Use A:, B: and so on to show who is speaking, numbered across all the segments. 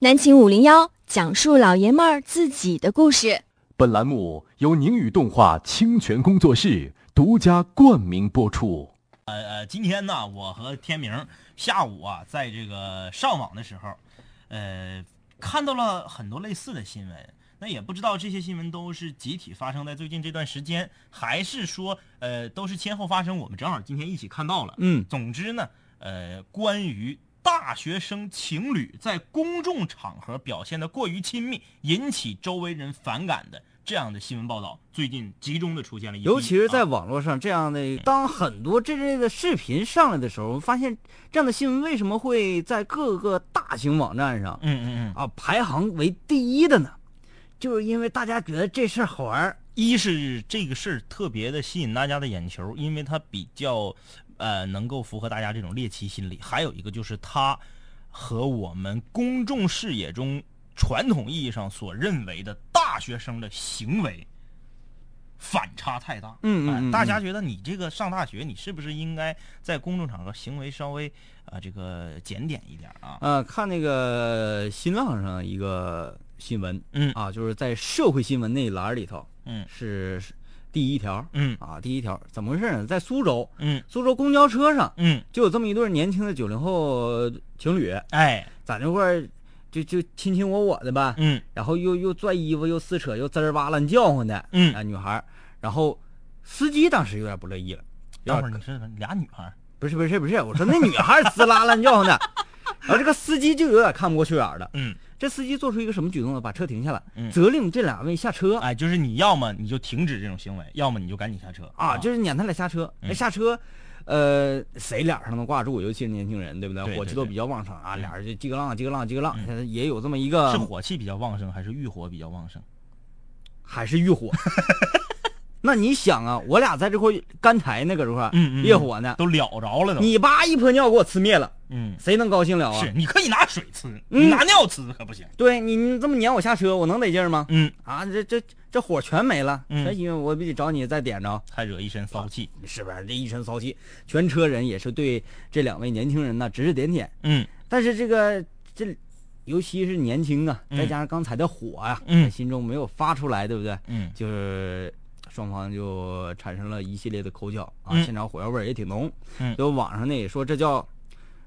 A: 南秦五零幺讲述老爷们儿自己的故事。
B: 本栏目由宁宇动画清泉工作室独家冠名播出。
C: 呃，今天呢，我和天明下午啊，在这个上网的时候，呃，看到了很多类似的新闻。那也不知道这些新闻都是集体发生在最近这段时间，还是说呃都是先后发生，我们正好今天一起看到了。
D: 嗯，
C: 总之呢，呃，关于大学生情侣在公众场合表现的过于亲密，引起周围人反感的这样的新闻报道，最近集中的出现了一批啊，
D: 尤其是在网络上这样的，当很多这类的视频上来的时候，我们发现这样的新闻为什么会在各个大型网站上
C: 嗯嗯嗯，
D: 啊排行为第一的呢？就是因为大家觉得这事儿好玩儿
C: 一是这个事儿特别的吸引大家的眼球，因为它比较，呃，能够符合大家这种猎奇心理；还有一个就是它和我们公众视野中传统意义上所认为的大学生的行为反差太大。
D: 嗯嗯
C: 哎
D: 嗯
C: 大家觉得你这个上大学，你是不是应该在公众场合行为稍微啊、呃这个检点一点啊？
D: 啊、看那个新浪上一个新闻，
C: 嗯
D: 啊，就是在社会新闻那一栏儿里头
C: 嗯
D: 是第一条，
C: 嗯
D: 啊，第一条怎么回事呢？在苏州，
C: 嗯
D: 苏州公交车上
C: 嗯，
D: 就有这么一对年轻的九零后情侣，
C: 哎，
D: 在那块儿就就亲亲我我的吧，
C: 嗯
D: 然后又又拽衣服又撕扯又滋儿哇乱叫唤的，
C: 嗯
D: 啊女孩儿，然后司机当时有点不乐意了，有
C: 等
D: 点
C: 会儿你是俩女孩儿，
D: 不是不是不是，我说那女孩儿撕拉乱叫唤的，然后这个司机就有点看不过去眼儿了，
C: 嗯。
D: 这司机做出一个什么举动呢？把车停下来，
C: 嗯
D: 责令这两位下车
C: 哎，就是你要么你就停止这种行为，要么你就赶紧下车
D: 啊，就是是撵他俩下车。
C: 嗯
D: 哎下车，呃，谁脸上能挂住？尤其是年轻人，对不
C: 对
D: 对？
C: 对
D: 火气都
C: 对
D: 比较旺盛啊，
C: 嗯
D: 俩人就叽个浪叽个浪叽个浪，
C: 嗯
D: 呃也有这么一个
C: 是火气比较旺盛还是欲火比较旺盛？
D: 还是欲 火。那你想啊，我俩在这块儿干柴呢，搁这块儿
C: 嗯嗯嗯
D: 烈火呢，
C: 都燎着了都。
D: 你叭一泼尿给我呲灭了，
C: 嗯，
D: 谁能高兴了啊
C: 是？你可以拿水呲，
D: 嗯
C: 你拿尿呲可不行。
D: 对你你这么撵我下车，我能得劲儿吗？
C: 嗯，
D: 啊，这这这火全没了，
C: 嗯
D: 全因为我必须找你再点着。
C: 还惹一身骚气。
D: 是不是？这一身骚气，全车人也是对这两位年轻人呢指指点点。
C: 嗯
D: 但是这个这，尤其是年轻啊，
C: 嗯
D: 再加上刚才的火啊，
C: 嗯
D: 在心中没有发出来，对不对？
C: 嗯
D: 就是双方就产生了一系列的口角啊，
C: 嗯
D: 现场火药味儿也挺浓。
C: 嗯
D: 就网上呢也说这叫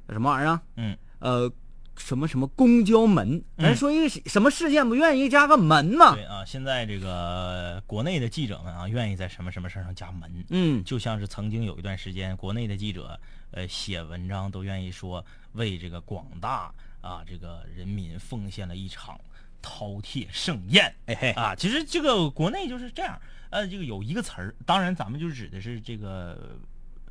D: 什么玩意儿啊？
C: 嗯
D: 呃，什么什么公交门？咱
C: 嗯
D: 说一个什么事件不愿意加个门嘛？
C: 对啊，现在这个国内的记者们啊，愿意在什么什么事儿上加门，
D: 嗯，
C: 就像是曾经有一段时间，国内的记者呃写文章都愿意说为这个广大啊这个人民奉献了一场饕餮盛宴。
D: 哎嘿，
C: 啊，其实这个国内就是这样，呃，这个有一个词儿，当然咱们就指的是这个，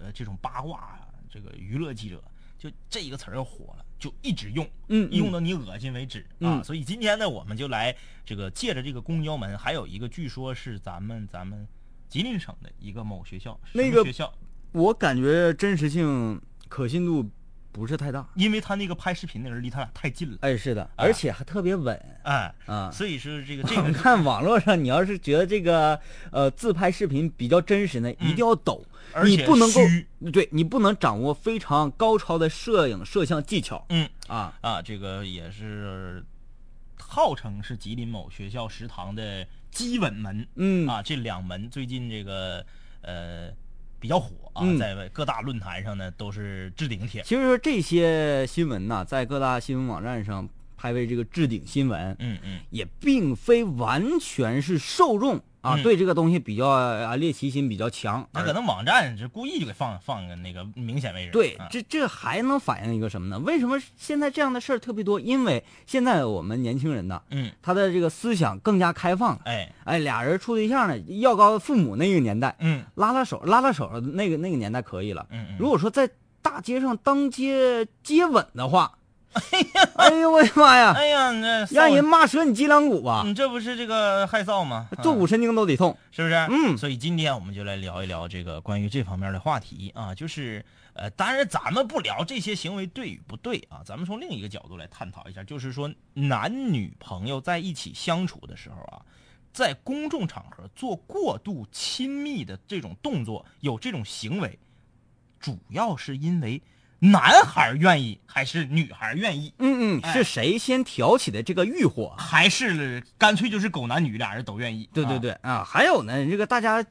C: 呃，这种八卦，这个娱乐记者，就这一个词儿要火了，就一直用，
D: 嗯嗯
C: 用到你恶心为止啊。
D: 嗯
C: 所以今天呢，我们就来这个借着这个公交门，还有一个据说是咱们咱们吉林省的一个某学校，什
D: 那
C: 么
D: 个
C: 学校，
D: 嗯我感觉真实性可信度不是太大。
C: 因为他那个拍视频的人离他俩太近了，
D: 哎，是的，而且还特别稳
C: 哎，
D: 啊。
C: 所以说 这个这
D: 我们
C: 个
D: 看网络上，你要是觉得这个呃自拍视频比较真实呢，
C: 嗯
D: 一定要抖，
C: 而
D: 你
C: 且
D: 不能够
C: 虚
D: 对你不能掌握非常高超的摄影摄像技巧
C: 嗯。
D: 啊。
C: 啊，这个也是号称是吉林某学校食堂的基本门、
D: 嗯
C: 啊，这两门最近这个呃比较火啊，
D: 嗯
C: 在各大论坛上呢都是置顶帖。
D: 其实说这些新闻呐、在各大新闻网站上拍为这个置顶新闻，
C: 嗯嗯
D: 也并非完全是受众啊、
C: 嗯
D: 对这个东西比较啊猎奇心比较强，
C: 他可能网站是故意就给放放个那个明显位置，
D: 对
C: 啊，
D: 这这还能反映一个什么呢？为什么现在这样的事儿特别多？因为现在我们年轻人呐，
C: 嗯，
D: 他的这个思想更加开放了。
C: 哎，
D: 哎，俩人处对象呢，要高父母那个年代，
C: 嗯
D: 拉拉手，拉拉手那个那个年代可以了。
C: 嗯嗯，
D: 如果说在大街上当街接吻的话，哎呦我的妈呀，
C: 哎呀，那臊
D: 让人骂折你脊梁骨吧，
C: 你这不是这个害臊吗？啊
D: 坐骨神经都得痛。
C: 是不是？
D: 嗯
C: 所以今天我们就来聊一聊这个关于这方面的话题啊，就是呃，当然咱们不聊这些行为对与不对啊，咱们从另一个角度来探讨一下，就是说男女朋友在一起相处的时候啊，在公众场合做过度亲密的这种动作，有这种行为，主要是因为男孩愿意还是女孩愿意，
D: 嗯嗯，是谁先挑起的这个欲火？
C: 还是干脆就是狗男女俩人都愿意？
D: 对对
C: 啊，
D: 对啊，还有呢，这个大家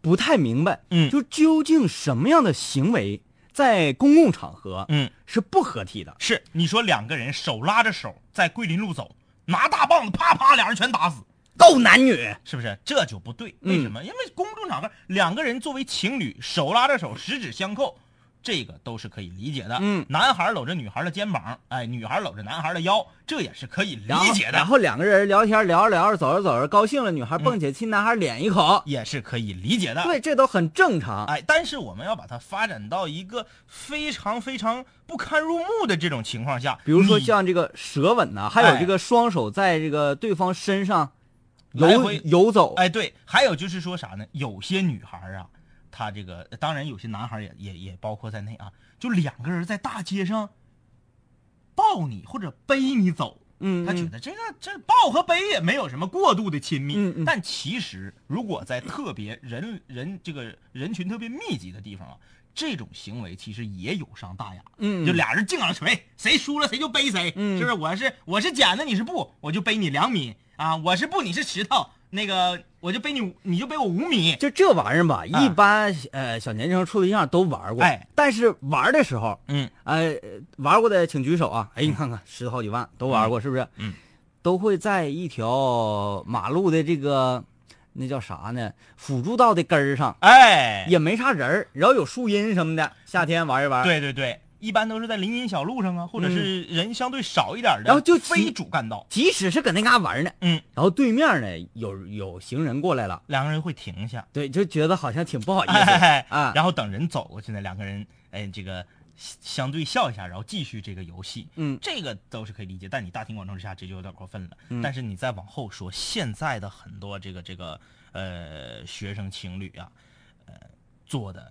D: 不太明白，
C: 嗯
D: 就究竟什么样的行为在公共场合
C: 嗯，
D: 是不合体的？
C: 是你说两个人手拉着手在桂林路走，拿大棒子啪啪，俩人全打死。
D: 够男女，
C: 是不是？这就不对，
D: 嗯
C: 为什么？因为公众场合两个人作为情侣手拉着手，十指相扣，这个都是可以理解的。
D: 嗯
C: 男孩搂着女孩的肩膀，哎，女孩搂着男孩的腰，这也是可以
D: 然后
C: 理解
D: 然
C: 的，
D: 后两个人聊天聊着聊着，走着走着高兴了，女孩蹦起来亲男孩脸一口，
C: 也是可以理 解的。，
D: 对，这都很正常。
C: 哎，但是我们要把它发展到一个非常非常不堪入目的这种情况下，
D: 比如说
C: 你
D: 像这个舌吻呐、还有
C: 哎
D: 这个双手在这个对方身上
C: 来
D: 游
C: 回
D: 游走，
C: 哎，对，还有就是说啥呢？有些女孩儿啊，她这个当然有些男孩儿也也也包括在内啊，就两个人在大街上抱你或者背你走，
D: 嗯，
C: 他觉
D: 嗯
C: 得这个这抱和背也没有什么过度的亲密。
D: 嗯嗯
C: 但其实如果在特别人人这个人群特别密集的地方啊，这种行为其实也有伤大雅。
D: 嗯
C: 就俩人净往锤，谁输了谁就背谁，
D: 嗯
C: 是不是？我是我是剪子，你是布，我就背你两米啊！我是布，你是石头，那个我就背你，你就背我五米。
D: 就这玩意儿吧，
C: 啊
D: 一般呃小年轻处对象都玩过，
C: 哎，
D: 但是玩的时候，
C: 嗯，
D: 呃，玩过的请举手啊！哎，你看看十好几万都玩过，是不是？
C: 嗯，
D: 都会在一条马路的这个那叫啥呢？辅助道的根儿上，
C: 哎，
D: 也没啥人儿，然后有树荫什么的，夏天玩一玩。，
C: 对对对，一般都是在林荫小路上啊，或者是人相对少一点的，
D: 嗯然后就骑
C: 非主干道，
D: 即使是搁那嘎玩呢，
C: 嗯，
D: 然后对面呢有有行人过来了，
C: 两个人会停下。
D: 对，就觉得好像挺 不好意思
C: 哎，
D: 啊。
C: 然后等人走过去呢，两个人哎，这个相相对笑一下，然后继续这个游戏，
D: 嗯
C: 这个都是可以理解。但你大庭广众之下，这就有点过分了。
D: 嗯
C: 但是你再往后说，现在的很多这个这个呃学生情侣啊，呃做的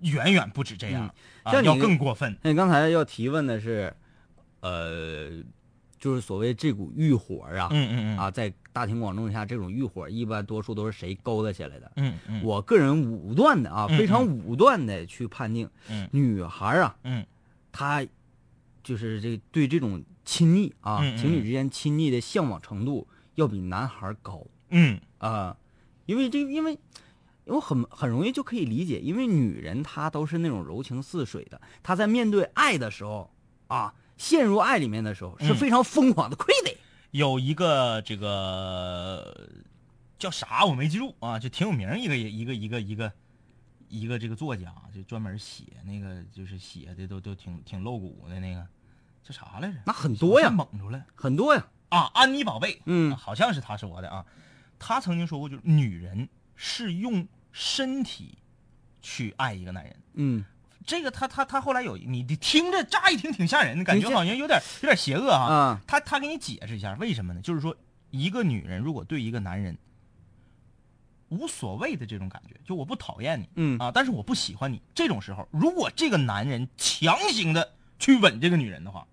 C: 远远不止这样，
D: 嗯
C: 啊，
D: 像你
C: 要更过分。
D: 那你刚才要提问的是，呃，就是所谓这股欲火啊，
C: 嗯嗯嗯
D: 啊，在大庭广众下，这种欲火一般多数都是谁勾搭起来的？
C: 嗯嗯
D: 我个人武断的啊，
C: 嗯
D: 非常武断的去判定，
C: 嗯
D: 女孩啊，
C: 嗯
D: 她就是这对这种亲昵啊，
C: 嗯嗯
D: 情侣之间亲昵的向往程度要比男孩高
C: 嗯
D: 啊，因为这因为。因为我很很容易就可以理解，因为女人她都是那种柔情似水的，她在面对爱的时候啊，陷入爱里面的时候是
C: 嗯
D: 非常疯狂的 crazy，、
C: 有一个这个叫啥我没记住啊，就挺有名儿一个一个一个一个一个这个作家，啊就专门写那个就是写的都都挺挺露骨的那个叫啥来着？
D: 那很多呀
C: 猛出来
D: 很多呀，
C: 啊！安妮宝贝，
D: 嗯
C: 好像是他说的啊。他曾经说过，就是女人是用身体去爱一个男人。
D: 嗯，
C: 这个他他他后来有你你听着乍一听挺吓人的感
D: 你
C: 觉，
D: 这
C: 好像有点有点邪恶啊。
D: 啊
C: 他他给你解释一下为什么呢？就是说，一个女人如果对一个男人无所谓的这种感觉，就我不讨厌你，
D: 嗯
C: 啊，但是我不喜欢你，这种时候，如果这个男人强行的去吻这个女人的话，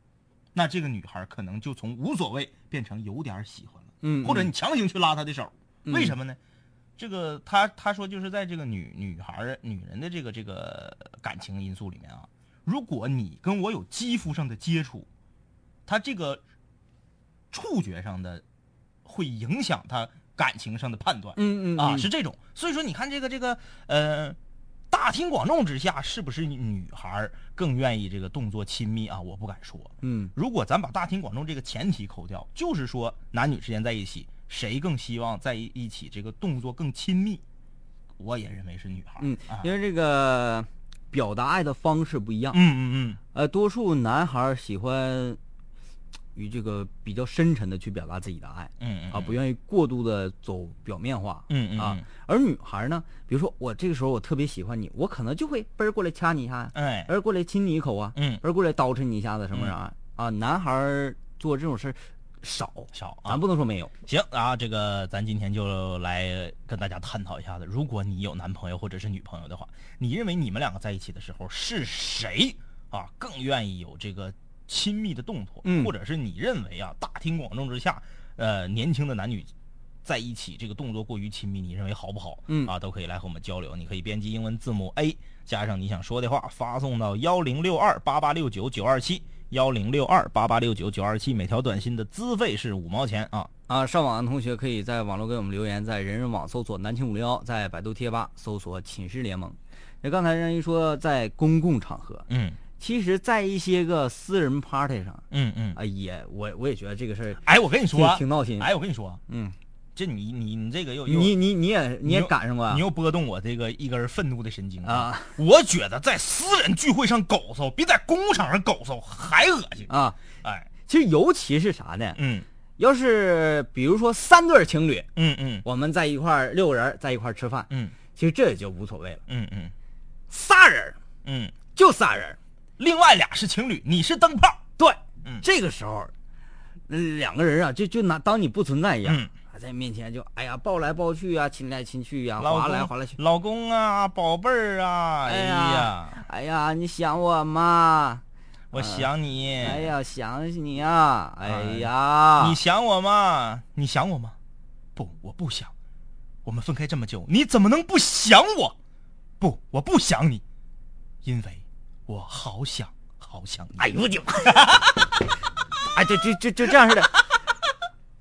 C: 那这个女孩可能就从无所谓变成有点喜欢了，
D: 嗯，
C: 或者你强行去拉她的手，
D: 嗯
C: 为什么呢？这个他他说就是在这个女女孩儿女人的这个这个感情因素里面啊，如果你跟我有肌肤上的接触，他这个触觉上的会影响他感情上的判断、
D: 嗯嗯
C: 啊，
D: 嗯
C: 是这种。所以说你看这个这个呃，大庭广众之下，是不是女孩儿更愿意这个动作亲密啊？我不敢说，
D: 嗯
C: 如果咱把大庭广众这个前提扣掉，就是说男女之间在一起，谁更希望在一一起这个动作更亲密，我也认为是女孩。
D: 嗯
C: 啊，
D: 因为这个表达爱的方式不一样，
C: 嗯嗯
D: 呃，多数男孩儿喜欢与这个比较深沉的去表达自己的爱
C: 嗯嗯嗯
D: 啊，不愿意过度的走表面化，
C: 嗯嗯
D: 啊
C: 嗯，
D: 而女孩儿呢，比如说我这个时候我特别喜欢你，我可能就会奔儿过来掐你一下呀，
C: 哎
D: 奔儿过来亲你一口啊，
C: 嗯
D: 奔儿过来叨饬你一下子什么啥啊，男孩儿做这种事儿少，
C: 少啊
D: 咱。不能说没有，
C: 行啊，这个咱今天就来跟大家探讨一下子，如果你有男朋友或者是女朋友的话，你认为你们两个在一起的时候是谁啊更愿意有这个亲密的动作，
D: 嗯
C: 或者是你认为啊大庭广众之下，呃年轻的男女在一起这个动作过于亲密，你认为好不好？
D: 嗯
C: 啊，都可以来和我们交流。你可以编辑英文字母 A 加上你想说的话，发送到幺零六二八八六九九二七幺零六二八八六九九二七，每条短信的资费是五毛钱啊。
D: 啊，上网的同学可以在网络给我们留言，在人人网搜索“南青五零幺”，在百度贴吧搜索“寝室联盟”。那刚才让一说在公共场合，
C: 嗯
D: 其实，在一些个私人 party 上
C: 嗯嗯。
D: 啊，也我我也觉得这个事儿
C: 哎，我跟你说啊，
D: 挺挺闹心。
C: 哎，我跟你说，
D: 嗯，
C: 这你你你这个又又
D: 你你你也你也
C: 又
D: 赶上过啊
C: 你又拨动我这个一根愤怒的神经！
D: 啊
C: 我觉得在私人聚会上狗搜比在公共场上狗搜还恶心。
D: 啊？
C: 哎，
D: 其实尤其是啥呢？
C: 嗯
D: 要是比如说三对儿情侣，
C: 嗯嗯
D: 我们在一块儿六个人儿在一块儿吃饭，
C: 嗯
D: 其实这也就无所谓了。
C: 嗯嗯
D: 仨人儿
C: 嗯，
D: 就仨人儿，
C: 另外俩是情侣，你是灯泡。
D: 对，
C: 嗯
D: 这个时候呃两个人啊，就就拿当你不存在一样，
C: 嗯
D: 啊在面前就哎呀抱来抱去啊，亲来亲去呀、
C: 老
D: 划
C: 公
D: 来划来去，
C: 老公啊，宝贝儿啊，
D: 哎
C: 哎
D: 呀，哎呀你想我吗？
C: 我想你，
D: 哎，呀想死你啊，哎呀，
C: 你想我吗？你想我吗？不，我不想。我们分开这么久，你怎么能不想我？不，我不想你，因为我好想好想你。
D: 哎呦我的妈！ 哎，就就就就这样似的，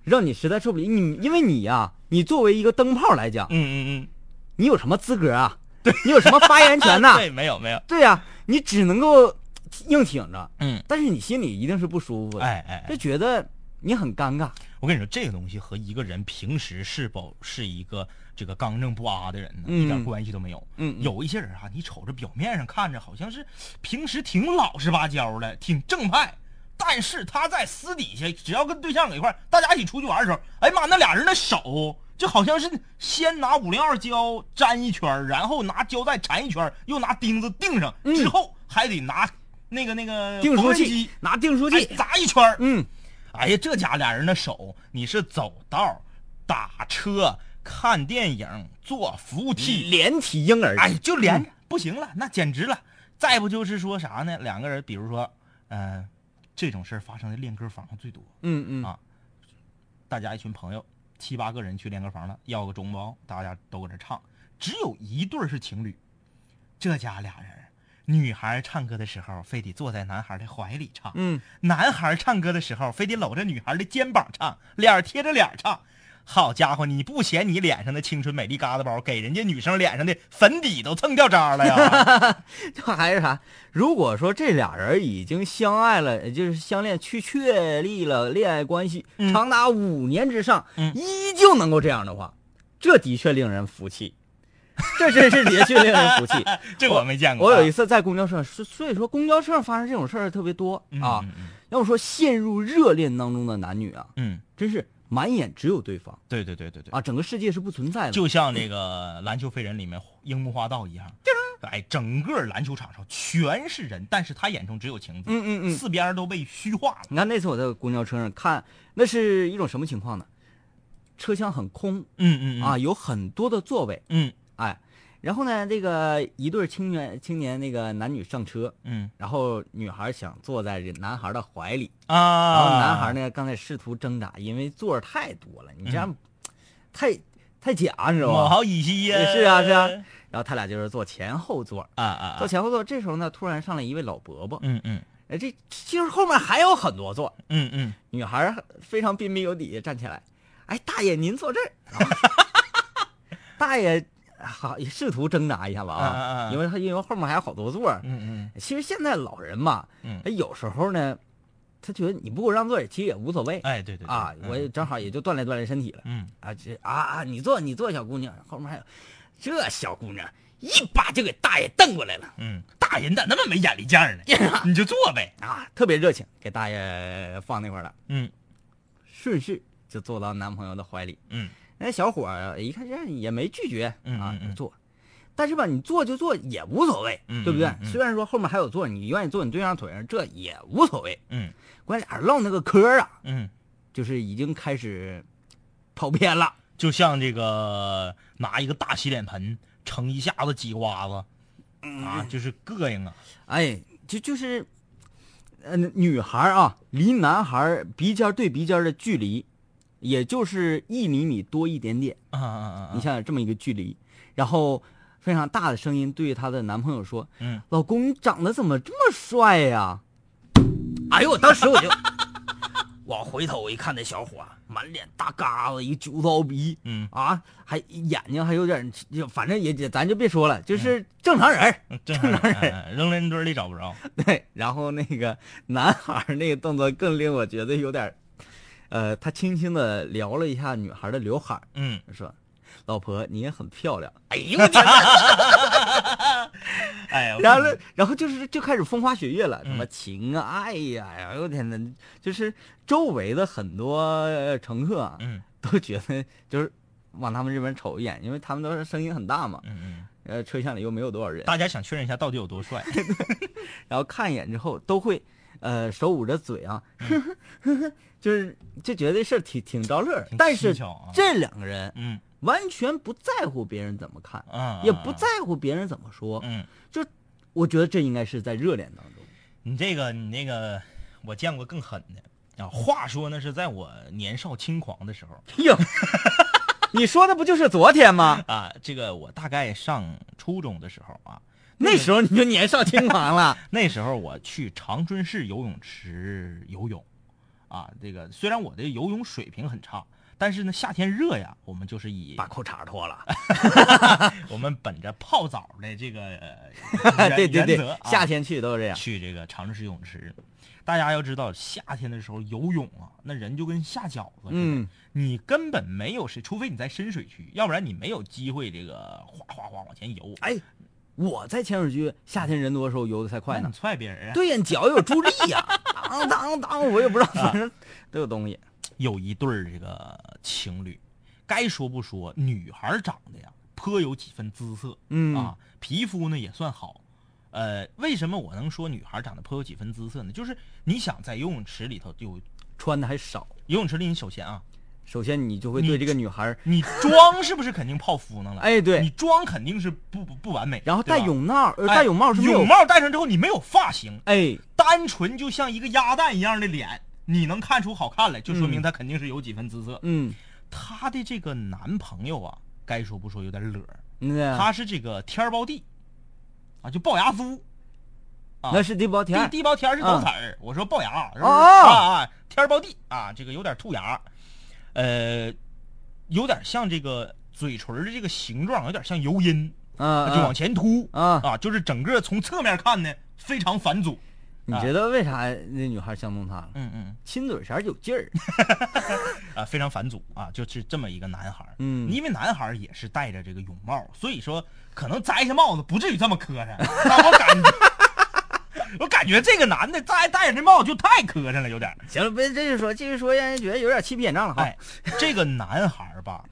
D: 让你实在受不了。你因为你呀、你作为一个灯泡来讲，
C: 嗯嗯
D: 你有什么资格啊？你有什么发言权
C: 嗯，
D: 呐、
C: 对，没有没有，
D: 对呀、你只能够硬挺着，
C: 嗯，
D: 但是你心里一定是不舒服的，
C: 哎哎，哎
D: 就觉得你很尴尬。
C: 我跟你说，这个东西和一个人平时是否是一个这个刚正不阿的人呢，
D: 嗯
C: 一点关系都没有。
D: 嗯嗯
C: 有一些人啊，你瞅着表面上看着好像是平时挺老实巴交的，挺正派，但是他在私底下，只要跟对象搁一块儿，大家一起出去玩的时候，哎呀妈，那俩人的手就好像是先拿五零二胶粘一圈儿，然后拿胶带缠一圈儿，又拿钉子钉上，
D: 嗯
C: 之后还得拿那个那个
D: 订书
C: 缝纫
D: 器
C: 机，
D: 拿订书
C: 哎
D: 器，
C: 砸一圈儿
D: 嗯，
C: 哎呀，这家俩人的手，你是走道、打车、看电影、坐扶梯，
D: 连体婴儿，
C: 哎，就连、不行了，那简直了。再不就是说啥呢？两个人，比如说，呃，这种事儿发生在练歌房上最多。
D: 嗯嗯
C: 啊大家一群朋友，七八个人去练歌房了，要个中包，大家都搁这唱，只有一对儿是情侣，这家俩人。女孩唱歌的时候，非得坐在男孩的怀里唱；
D: 嗯，
C: 男孩唱歌的时候，非得搂着女孩的肩膀唱，脸儿贴着脸儿唱。好家伙，你不嫌你脸上的青春美丽疙瘩包给人家女生脸上的粉底都蹭掉渣了呀？
D: 这还是啥？如果说这俩人已经相爱了，也就是相恋去确立了恋爱关系，
C: 嗯
D: 长达五年之上，
C: 嗯
D: 依旧能够这样的话，这的确令人服气。 这真是的确令人 服气。
C: 这我没见过
D: 我
C: 啊。
D: 有一次在公交车上，所所以说公交车上发生这种事儿特别多啊。
C: 嗯嗯嗯
D: 要说陷入热恋当中的男女啊，
C: 嗯，
D: 真是满眼只有对方
C: 对对对对对。
D: 啊，整个世界是不存在的。
C: 就像那个《篮球飞人》里面樱木花道一样，哎，整个篮球场上全是人，但是他眼中只有晴子，
D: 嗯嗯嗯，
C: 四边都被虚化了。
D: 你看那次我在公交车上看，那是一种什么情况呢？车厢很空，
C: 嗯
D: 啊，，有很多的座位，
C: 嗯
D: 哎，然后呢，这个一对青年青年那个男女上车，
C: 嗯
D: 然后女孩想坐在这男孩的怀里，
C: 啊，
D: 然后男孩？呢刚才试图挣扎，因为座儿太多了，你这样、
C: 嗯
D: 太太假，你知道
C: 我
D: 吗？
C: 好乙烯呀！
D: 是啊是啊，然后他俩就是坐前后座，
C: 啊啊
D: 坐
C: 啊！
D: 前后座。这时候呢，突然上来一位老伯伯，
C: 嗯嗯
D: 哎，这其实后面还有很多座，
C: 嗯嗯，
D: 女孩非常彬彬有礼，站起来，哎，大爷您坐 这儿。啊大爷好试图挣扎一下吧
C: 啊啊
D: 啊，
C: 啊
D: 因为他因为后面还有好多座儿。
C: 嗯
D: 其实现在老人嘛，
C: 嗯
D: 哎，有时候呢，他觉得你不给我让座儿，其实也无所谓
C: 嗯，哎，对对对
D: 啊，
C: 嗯
D: 我也正好也就锻炼锻炼身体了
C: 嗯
D: 啊，这啊啊，你坐你坐，小姑娘，后面还有这小姑娘一把就给大爷瞪过来了
C: 嗯，大人咋那么没眼力见 儿呢？你就坐呗。
D: 啊，特别热情，给大爷放那块儿了，
C: 嗯
D: 顺势就坐到男朋友的怀里。
C: 嗯
D: 那小伙儿一看这样也没拒绝
C: 嗯
D: 啊
C: 嗯，嗯
D: 就坐。但是吧，你坐就坐也无所谓，
C: 嗯
D: 对不对
C: 嗯？嗯
D: 虽然说后面还有座，你愿意坐你对象腿上，这也无所谓。
C: 嗯
D: 关键俩人唠那个嗑儿啊，
C: 嗯，
D: 就是已经开始跑偏了。
C: 就像这个拿一个大洗脸盆盛一下子鸡瓜子，
D: 嗯
C: 啊，就是膈应啊。
D: 哎，就就是，呃，女孩儿啊，离男孩儿鼻尖儿对鼻尖儿的距离也就是一厘米多一点点。
C: 啊啊啊！
D: 你想想这么一个距离，然后非常大的声音对她的男朋友说
C: 嗯，：“
D: 老公，你长得怎么这么帅呀、哎呦，我当时我就 往回头一看，那小伙儿满脸大嘎子，一揪刀鼻，
C: 嗯
D: 啊，还眼睛还有点，就反正也也咱就别说了，就是正常人儿。
C: 正常人哎扔人堆里找不着。
D: 对，然后那个男孩儿那个动作更令我觉得有点儿，呃，他轻轻的撩了一下女孩的刘海儿，
C: 嗯，
D: 说：“老婆，你也很漂亮。”哎呦，
C: 哎呀，
D: 然后呢，然后就是就开始风花雪月了，什么
C: 嗯
D: 情啊、爱呀、哎呦我天呐，就是周围的很多呃乘客啊，
C: 嗯
D: 都觉得就是往他们这边瞅一眼，因为他们都是声音很大嘛，
C: 嗯嗯，
D: 呃，车厢里又没有多少人，
C: 大家想确认一下到底有多帅？
D: 然后看一眼之后都会，呃，手捂着嘴啊， 就是就觉得这事儿挺挺招乐儿，
C: 嗯挺
D: 但是
C: 蹊跷啊
D: 这两个人
C: 嗯
D: 完全不在乎别人怎么看，
C: 啊，
D: 也不在乎别人怎么说，
C: 嗯。
D: 就我觉得这应该是在热恋当中。
C: 你这个，你那个，我见过更狠的啊。话说那是在我年少轻狂的时候
D: 哟，你说的不就是昨天吗？
C: 啊，这个我大概上初中的时候啊，
D: 那时候你就年少轻狂了。
C: 那时候我去长春市游泳池游泳，啊，这个虽然我的游泳水平很差，但是呢夏天热呀，我们就是以
D: 把裤衩脱 了，
C: 我们本着泡澡的这 个呃原
D: 对
C: 原
D: 对对
C: 则、，啊、
D: 夏天去都是这样。
C: 去这个长春市游泳池。大家要知道，夏天的时候游泳啊，那人就跟下饺子似的，
D: 嗯
C: 你根本没有是，除非你在深水区，要不然你没有机会这个哗哗哗往前游。
D: 哎，我在浅水区夏天人多的时候游的才快
C: 那
D: 呢
C: 你。踹别人啊？
D: 对呀，你脚有助力呀、 当当当，我也不知道，反正都有东西。
C: 有一对儿这个情侣，该说不说，女孩儿长得呀颇有几分姿色，
D: 嗯
C: 啊，皮肤呢也算好。呃，为什么我能说女孩儿长得颇有几分姿色呢？就是你想在游泳池里头有
D: 穿的还少，
C: 游泳池里，你首先啊，
D: 首先你就会对这个女孩儿，
C: 你妆是不是肯定泡敷弄了？
D: 哎
C: 你
D: 对，
C: 妆肯定是不不不完美，
D: 然后
C: 对
D: 戴
C: 吧
D: 泳帽，呃，
C: 哎
D: 戴泳帽是没有
C: 泳，帽戴上之后，你没有发型，
D: 哎，
C: 单纯就像一个鸭蛋一样的脸，你能看出好看来，就说明
D: 嗯
C: 她肯定是有几分姿色。
D: 嗯，
C: 她的这个男朋友啊，该说不说有点乐儿，
D: 那
C: 他是这个天儿包地，啊，就龅牙猪，啊
D: 那是地包天
C: 地
D: 儿，嗯
C: 地包天儿是豆子儿，我说龅牙，是不是
D: 哦
C: 啊啊，天儿包地啊，这个有点兔牙，呃，有点像这个嘴唇儿的这个形状，有点像油阴，
D: 啊，
C: 就往前凸
D: 啊
C: 啊，就是整个从侧面看呢非常繁琐，
D: 你觉得为啥那女孩相中他了？
C: 嗯嗯。
D: 亲嘴前有劲 儿，
C: 啊，非常返祖啊，就是这么一个男孩儿。
D: 嗯
C: 因为男孩儿也是戴着这个泳帽，所以说可能摘下帽子不至于这么磕碜，但我感觉，我感觉 这个男的摘戴着这帽子就太磕碜了，有点儿。
D: 行了，别继续说，继续说让人觉得有点欺皮眼障了哈。
C: 哎，这个男孩儿吧，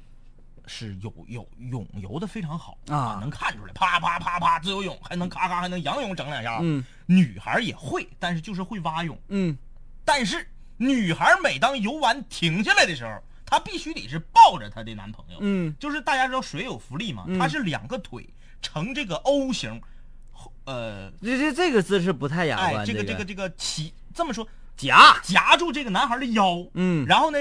C: 是有有泳游的非常好
D: 啊
C: 能看出来，啪啪啪啪自由泳，还能咔咔还能仰泳整两下。
D: 嗯，
C: 女孩儿也会，但是就是会蛙泳。
D: 嗯，
C: 但是女孩每当游完停下来的时候，她必须得是抱着她的男朋友。
D: 嗯，
C: 就是大家知道水有浮力嘛，
D: 嗯
C: 她是两个腿呈这个 O 型，呃，
D: 这这这个姿势不太雅
C: 哎，
D: 观，
C: 这个
D: 这
C: 这个这个起这么说
D: 夹，
C: 夹住这个男孩的腰，
D: 嗯
C: 然后呢，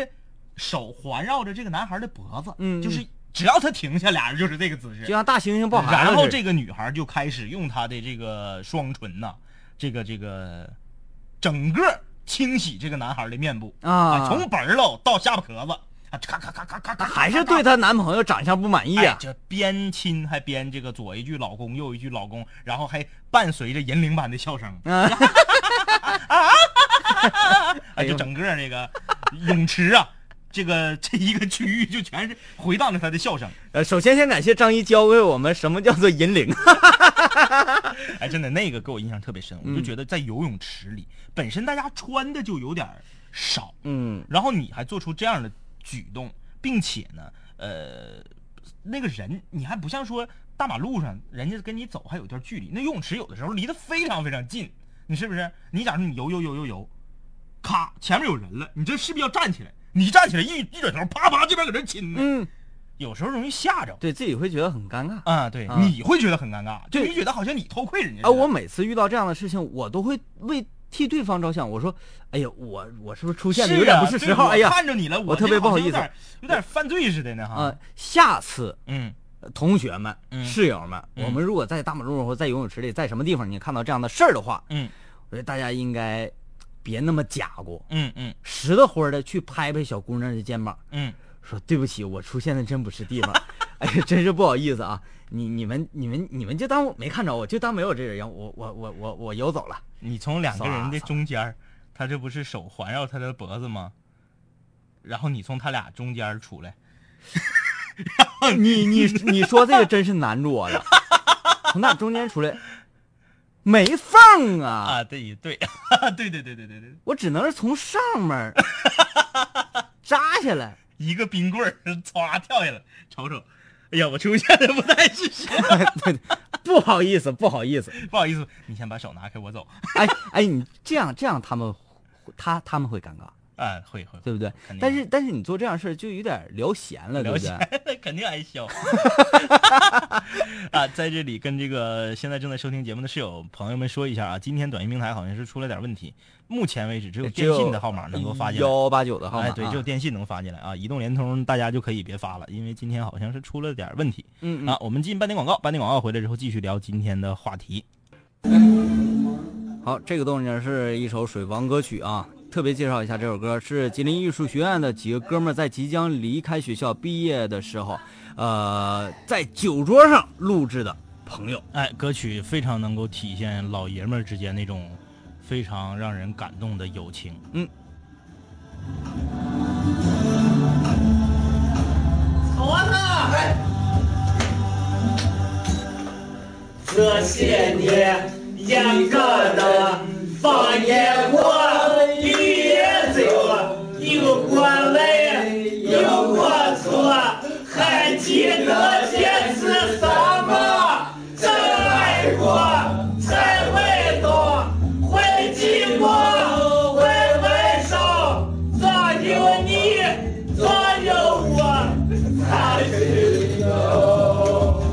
C: 手环绕着这个男孩的脖子，
D: 嗯嗯
C: 就是只要他停下，俩人就是这个姿势
D: 就。像大猩猩抱孩子
C: 然后
D: 似的
C: 这个女孩就开始用她的这个双唇呐、这个这个，整个清洗这个男孩的面部
D: 啊
C: 从本儿喽到下巴壳子啊，咔咔咔咔咔咔，
D: 还是对她男朋友长相不满意
C: 哎
D: 啊，
C: 这边亲还边这个左一句老公右一句老公，然后还伴随着银铃般的笑声，
D: 啊，
C: 哎，就整个这个泳池啊，这个这一个区域就全是回荡着她的笑声。
D: 呃，首先先感谢张一教会我们什么叫做啊引领。
C: 哎，真的那个给我印象特别深，我就觉得在游泳池里，本身大家穿的就有点儿少，
D: 嗯
C: 然后你还做出这样的举动，并且呢，呃，那个人你还不像说大马路上人家跟你走还有一段距离，那游泳池有的时候离得非常非常近，你是不是？你假如你游游游游游，咔，前面有人了，你这势必要站起来，你一站起来一一转头，啪啪这边搁这亲呢，
D: 嗯，
C: 有时候容易吓着。
D: 对自己会觉得很尴尬
C: 啊，对，
D: 啊
C: 你会觉得很尴尬，就
D: 对
C: 你觉得好像你偷窥人家似
D: 啊。
C: 的。
D: 我每次遇到这样的事情，我都会为替对方着想。我说，哎呀，我我是不是出
C: 是
D: 现
C: 啊
D: 的有点不是时候？
C: 对
D: 哎呀
C: 我，看着你了，
D: 我特别
C: 这好
D: 不好
C: 像
D: 意思
C: 有点有点犯罪似的呢哈。
D: 呃，下次
C: 嗯
D: 呃同学们、
C: 嗯
D: 室友们，
C: 嗯
D: 我们如果在大马路上或在游泳池里，在什么地方你看到这样的事儿的话，
C: 嗯
D: 我觉得大家应该别那么假过，
C: 嗯嗯
D: 实的活的去拍拍小姑娘的肩膀，
C: 嗯，
D: 说对不起，我出现的真不是地方， 哎呀，真是不好意思啊。你你们你们你们就当我没看着，我就当没有这个人，我我我我我游走了。
C: 你从两个人的中间儿，他这不是手环绕他的脖子吗？然后你从他俩中间儿出来，
D: 你你你说这个真是难住我了，从那中间出来没缝啊，
C: 啊，对对， 对对对对对对，
D: 我只能是从上面儿扎下来。
C: 一个冰棍儿唰跳下来，瞅瞅，哎呀，我出现的不太是 时候，
D: 对，不好意思，不好意思。
C: 不好意思，你先把手拿开，我走。
D: 哎哎，你这样这样，他们他他们会尴尬，
C: 啊，会会，会
D: 对不对
C: 肯定？
D: 但是但是你做这样事儿就有点聊闲了，对
C: 聊
D: 不
C: 起
D: 对？
C: 来了， 肯定挨 削。 啊，在这里跟这个现在正在收听节目的室友朋友们说一下啊，今天短音平台好像是出了点问题，目前为止只有电信的号码能够发进来。
D: 幺八九的号码、啊
C: 哎，对，只有电信能发进来啊，移动、联通大家就可以别发了，因为今天好像是出了点问题。
D: 嗯
C: 啊，我们进半点广告，半点广告回来之后继续聊今天的话题。
D: 好，这个动静是一首水房歌曲啊。特别介绍一下这首歌，是吉林艺术学院的几个哥们儿在即将离开学校毕业的时候，呃，在酒桌上录制的朋友。
C: 哎，歌曲非常能够体现老爷们儿之间那种非常让人感动的友情。
D: 嗯
E: 这些年严格的放烟火，饮酒，有过累，有过错，还记得这是什么？真爱过才会懂，会寂寞，会分手，总有你，总有我，才是有。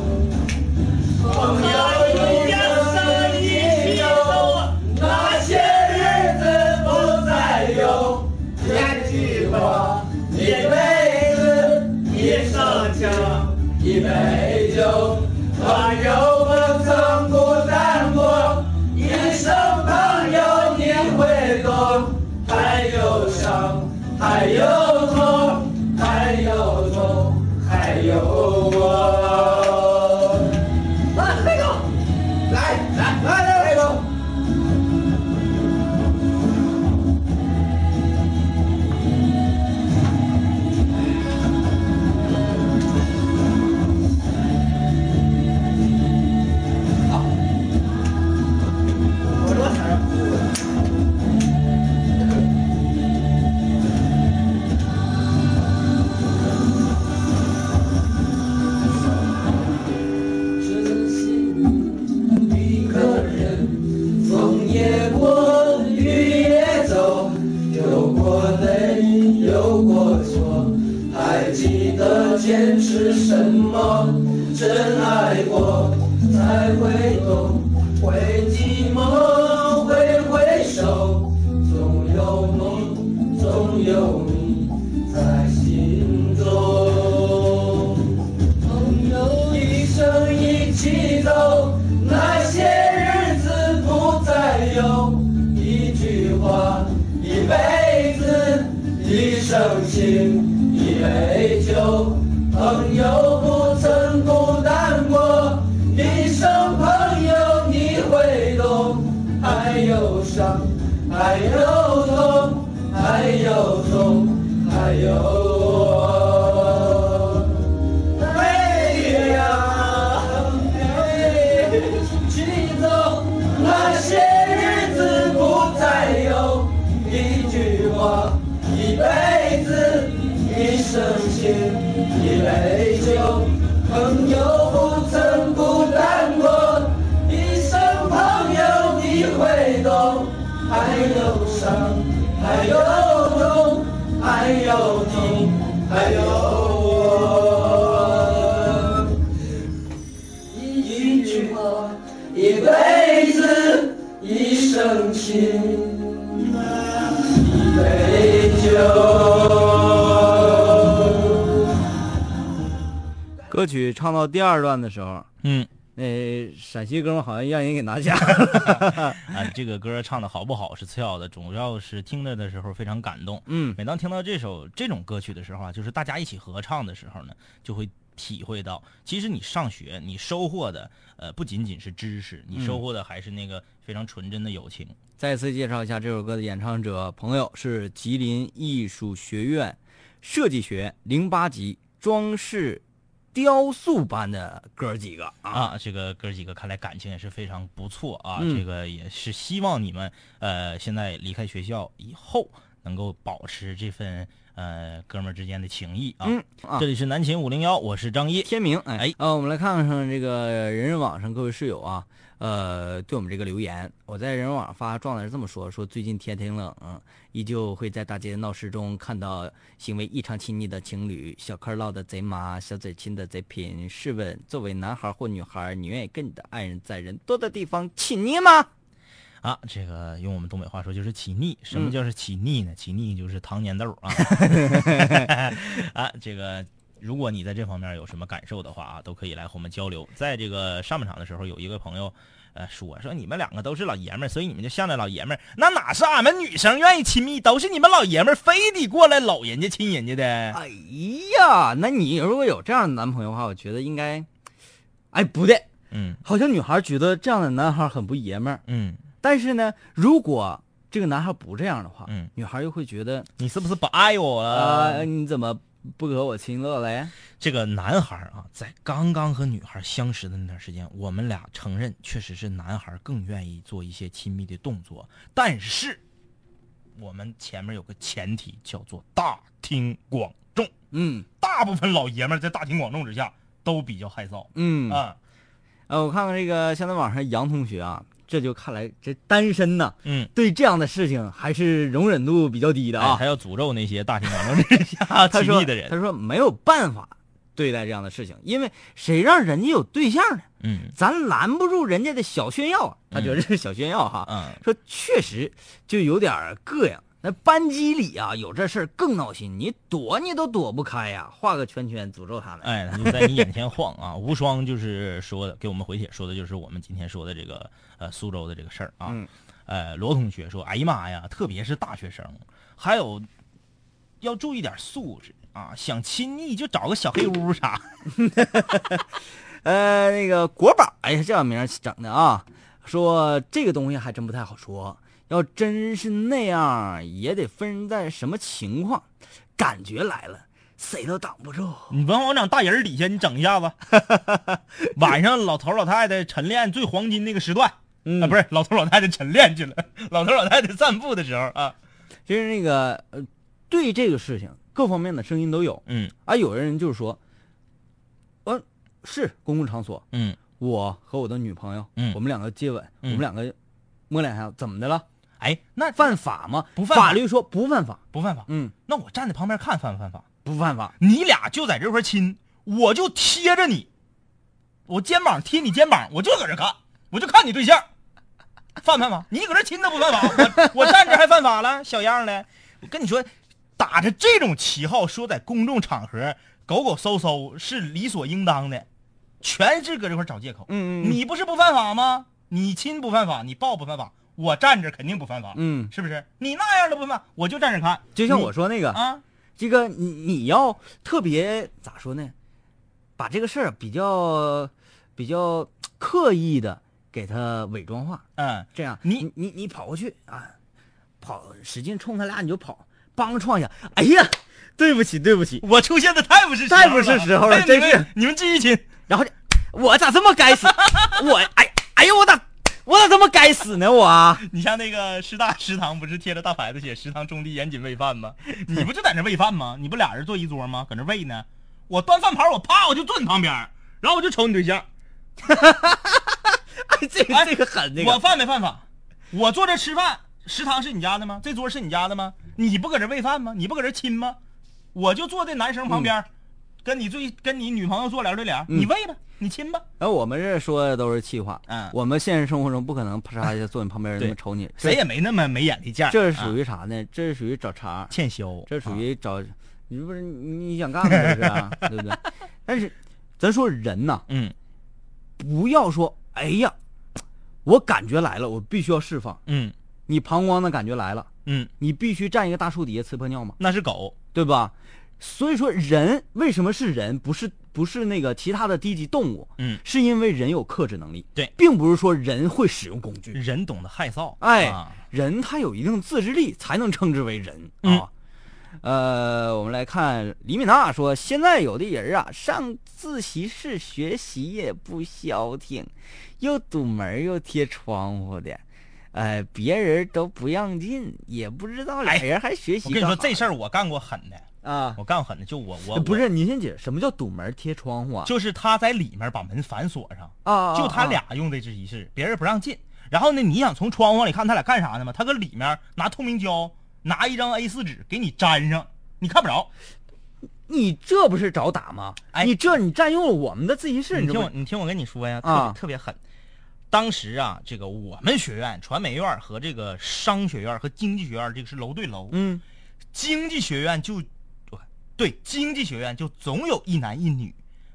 E: 朋友一生一起走，那些日子不再有。别寂寞，一辈子，一生情，一杯酒。朋友不曾孤单过，一生朋友你会懂。还有伤，还有痛，还有痛，还有我。来，那个，来来来来那个。我说啥？这些年一个人，风也过，雨也走，有过泪，有过错，还记得坚持什么？真爱过才会懂，会寂寞，会回首，总有梦，总有你在心中。朋友一生一起走，那些日子不再有。一句话，一辈子，一生情，一杯酒。朋友不曾孤单过，一生朋友你会懂。还有伤，还有痛，还有痛，还有我。哎呀，哎，去走，那些日子不再有。一句话，一辈子，一生情，一杯酒。朋友不曾孤单过，一生朋友你会懂。还有伤，还有痛，还有你，还有我。一句话，一辈子，一生情。
D: 歌曲唱到第二段的时候，
C: 嗯，
D: 那陕西哥们好像让人给拿下。
C: 啊，这个歌唱的好不好是次要的，主要是听着的时候非常感动。
D: 嗯
C: 每当听到这首这种歌曲的时候啊，就是大家一起合唱的时候呢，就会体会到，其实你上学你收获的，呃，不仅仅是知识，你
D: 嗯
C: 收获的还是那个非常纯真的友情。
D: 再次介绍一下这首歌的演唱者朋友是吉林艺术学院设计学零八级装饰雕塑班的哥几个啊。
C: 啊，这个哥几个看来感情也是非常不错啊。
D: 嗯
C: 这个也是希望你们呃，现在离开学校以后能够保持这份呃哥们儿之间的情谊啊。
D: 嗯啊
C: 这，里是南秦五零幺，我是张一。
D: 天明哎
C: 哎
D: 呃，我们来看看这个人人网上各位室友啊，呃，对我们这个留言，我在人人网上发状态是这么说：说最近天挺冷，嗯依旧会在大街闹市中看到行为异常亲昵的情侣，小嗑唠的贼麻，小嘴亲的贼贫。试问，作为男孩或女孩，你愿意跟你的爱人在人多的地方亲昵吗？
C: 啊，这个用我们东北话说就是起腻。什么叫是起腻呢？起腻就是糖粘豆啊。啊，这个如果你在这方面有什么感受的话啊，都可以来和我们交流。在这个上半场的时候，有一个朋友。呃，说说你们两个都是老爷们儿，所以你们就向着老爷们儿。那哪是俺们女生愿意亲密，都是你们老爷们儿非得过来搂人家亲人家的。
D: 哎呀，那你如果有这样的男朋友的话，我觉得应该，哎，不对，
C: 嗯
D: 好像女孩觉得这样的男孩很不爷们儿。
C: 嗯，
D: 但是呢，如果这个男孩不这样的话，
C: 嗯啊
D: 女孩又会觉得，
C: 你是不是不爱我了？
D: 呃，你怎么不和我亲热了呀？
C: 这个男孩啊，在刚刚和女孩相识的那段时间，我们俩承认确实是男孩更愿意做一些亲密的动作，但是我们前面有个前提叫做大庭广众，
D: 嗯
C: 大部分老爷们儿在大庭广众之下都比较害臊
D: 嗯，
C: 啊，
D: 呃，我看看这个现在网上杨同学啊，这就看来这单身呢，
C: 嗯。
D: 对这样的事情还是容忍度比较低的
C: 哎
D: 啊。
C: 还要诅咒那些大庭广众之 下
D: 他
C: 亲
D: 说
C: 密的人
D: 他，说没有办法对待这样的事情，因为谁让人家有对象呢？
C: 嗯
D: 咱拦不住人家的小炫耀啊，他觉得是小炫耀哈。
C: 嗯，
D: 说确实就有点儿膈应。那班级里啊，有这事儿更闹心，你躲你都躲不开呀、画个圈圈诅咒他们。
C: 哎，就在你眼前晃啊！无双就是说的，给我们回帖说的就是我们今天说的这个呃苏州的这个事儿啊。
D: 嗯
C: 呃，罗同学说：“哎呀妈呀，特别是大学生，还有要注意点素质啊！想亲昵就找个小黑屋啥。
D: 呃，那个国宝，哎呀，这小名儿整的啊，说这个东西还真不太好说，要真是那样，也得分在什么情况，感觉来了，谁都挡不住。
C: 你文化广场大人儿底下，你整一下子。晚上老头老太太晨练最黄金那个时段，
D: 嗯
C: 啊，不是老头老太太晨练去了，老头老太太散步的时候啊，
D: 就是那个呃，对这个事情各方面的声音都有
C: 嗯
D: 啊。有的人就是说，呃，是公共场所，
C: 嗯
D: 我和我的女朋友，
C: 嗯
D: 我们两个接吻，我
C: 嗯
D: 们两个摸两下，怎么的了？
C: 哎，那
D: 犯法吗？
C: 不犯法
D: 法律说不犯法，
C: 不犯法？
D: 嗯，
C: 那我站在旁边看犯不犯法？
D: 不犯法。
C: 你俩就在这块儿亲，我就贴着你，我肩膀贴你肩膀，我就搁这看，我就看你对象，犯不犯法？你搁这亲他不犯法，我我 站这还犯法了，小样儿嘞！我跟你说，打着这种旗号说在公众场合狗狗嗖嗖是理所应当的，全是搁这块儿找借口。
D: 嗯嗯
C: 你不是不犯法吗？你亲不犯法，你抱不犯法，我站着肯定不犯法，
D: 嗯，
C: 是不是？你那样的不犯法，我就站着看，
D: 就像我
C: 你
D: 说那个，
C: 啊，
D: 这个你你要特别咋说呢？把这个事儿比较比较刻意的给它伪装化，
C: 嗯。
D: 这样
C: 你
D: 你你跑过去啊，跑使劲冲他俩你就跑，梆撞一下，哎呀，对不起对不起，
C: 我出现的太不是时候了
D: 太不是时候了
C: 哎
D: 真是
C: 你们你们继续亲，
D: 然后就我咋这么该死？我哎哎呦我咋我咋这么该死呢我啊？
C: 你像那个师大食堂不是贴着大牌子写“食堂中低严谨喂饭”吗？你不就在那喂饭吗？你不俩人坐一桌吗？搁那喂呢？我端饭盘，我啪我就坐你旁边，然后我就瞅你对象，
D: 哎这个
C: 哎
D: 这个狠这
C: 我
D: 个，
C: 犯没犯法？我坐这吃饭，食堂是你家的吗？这桌是你家的吗？你不搁这喂饭吗？你不搁这亲吗？我就坐在男生旁边，跟你最跟你女朋友坐聊对聊，
D: 嗯
C: 你喂吧，你亲吧，
D: 然后我们这说的都是气话，
C: 嗯
D: 我们现实生活中不可能啪嚓一下坐你旁边人那么
C: 对
D: 瞅你，
C: 谁也没那么没眼力见儿。
D: 这是属
C: 于
D: 于啥呢？这是属于找茬儿，
C: 欠削，
D: 这属
C: 啊
D: 于找，你不是你你想干吗？这是啊，对不对？但是咱说人呐、
C: 嗯
D: 不要说，哎呀，我感觉来了，我必须要释放。
C: 嗯
D: 你膀胱的感觉来了，
C: 嗯，
D: 你必须站一个大树底下呲破尿嘛，
C: 那是狗，
D: 对吧？所以说人为什么是人，不是不是那个其他的低级动物，
C: 嗯，
D: 是因为人有克制能力，
C: 对
D: 并不是说人会使用工具。
C: 人懂得害臊，
D: 哎，
C: 啊
D: 人他有一定自制力，才能称之为人
C: 嗯
D: 啊。呃，我们来看李敏娜说，现在有的人啊，上自习室学习也不消停，又堵门又贴窗户的，哎、别人都不让进，也不知道俩
C: 哎
D: 人还学习
C: 我跟你说这事
D: 儿
C: 儿我干过狠的，
D: 啊，
C: 我干过狠的，就我我
D: 呃不
C: 我
D: 是，你先解释什么叫堵门贴窗户啊？
C: 就是他在里面把门反锁上，
D: 啊啊，
C: 就他
D: 啊
C: 俩用这自习室，别人不让进。然后呢，你想从窗户里看他俩干啥呢吗？他搁里面拿透明胶，拿一张 A 4纸给你粘上，你看不着。
D: 你这不是找打吗？
C: 哎
D: 你这你占用了我们的自习室，
C: 你
D: 这
C: 听
D: 不
C: 我，你听我跟你说呀，特别、
D: 啊
C: 特别狠。当时啊，这个我们学院、传媒院和这个商学院和经济学院，这个是楼对楼。
D: 嗯
C: 经济学院就，对经济学院就总有一男一女，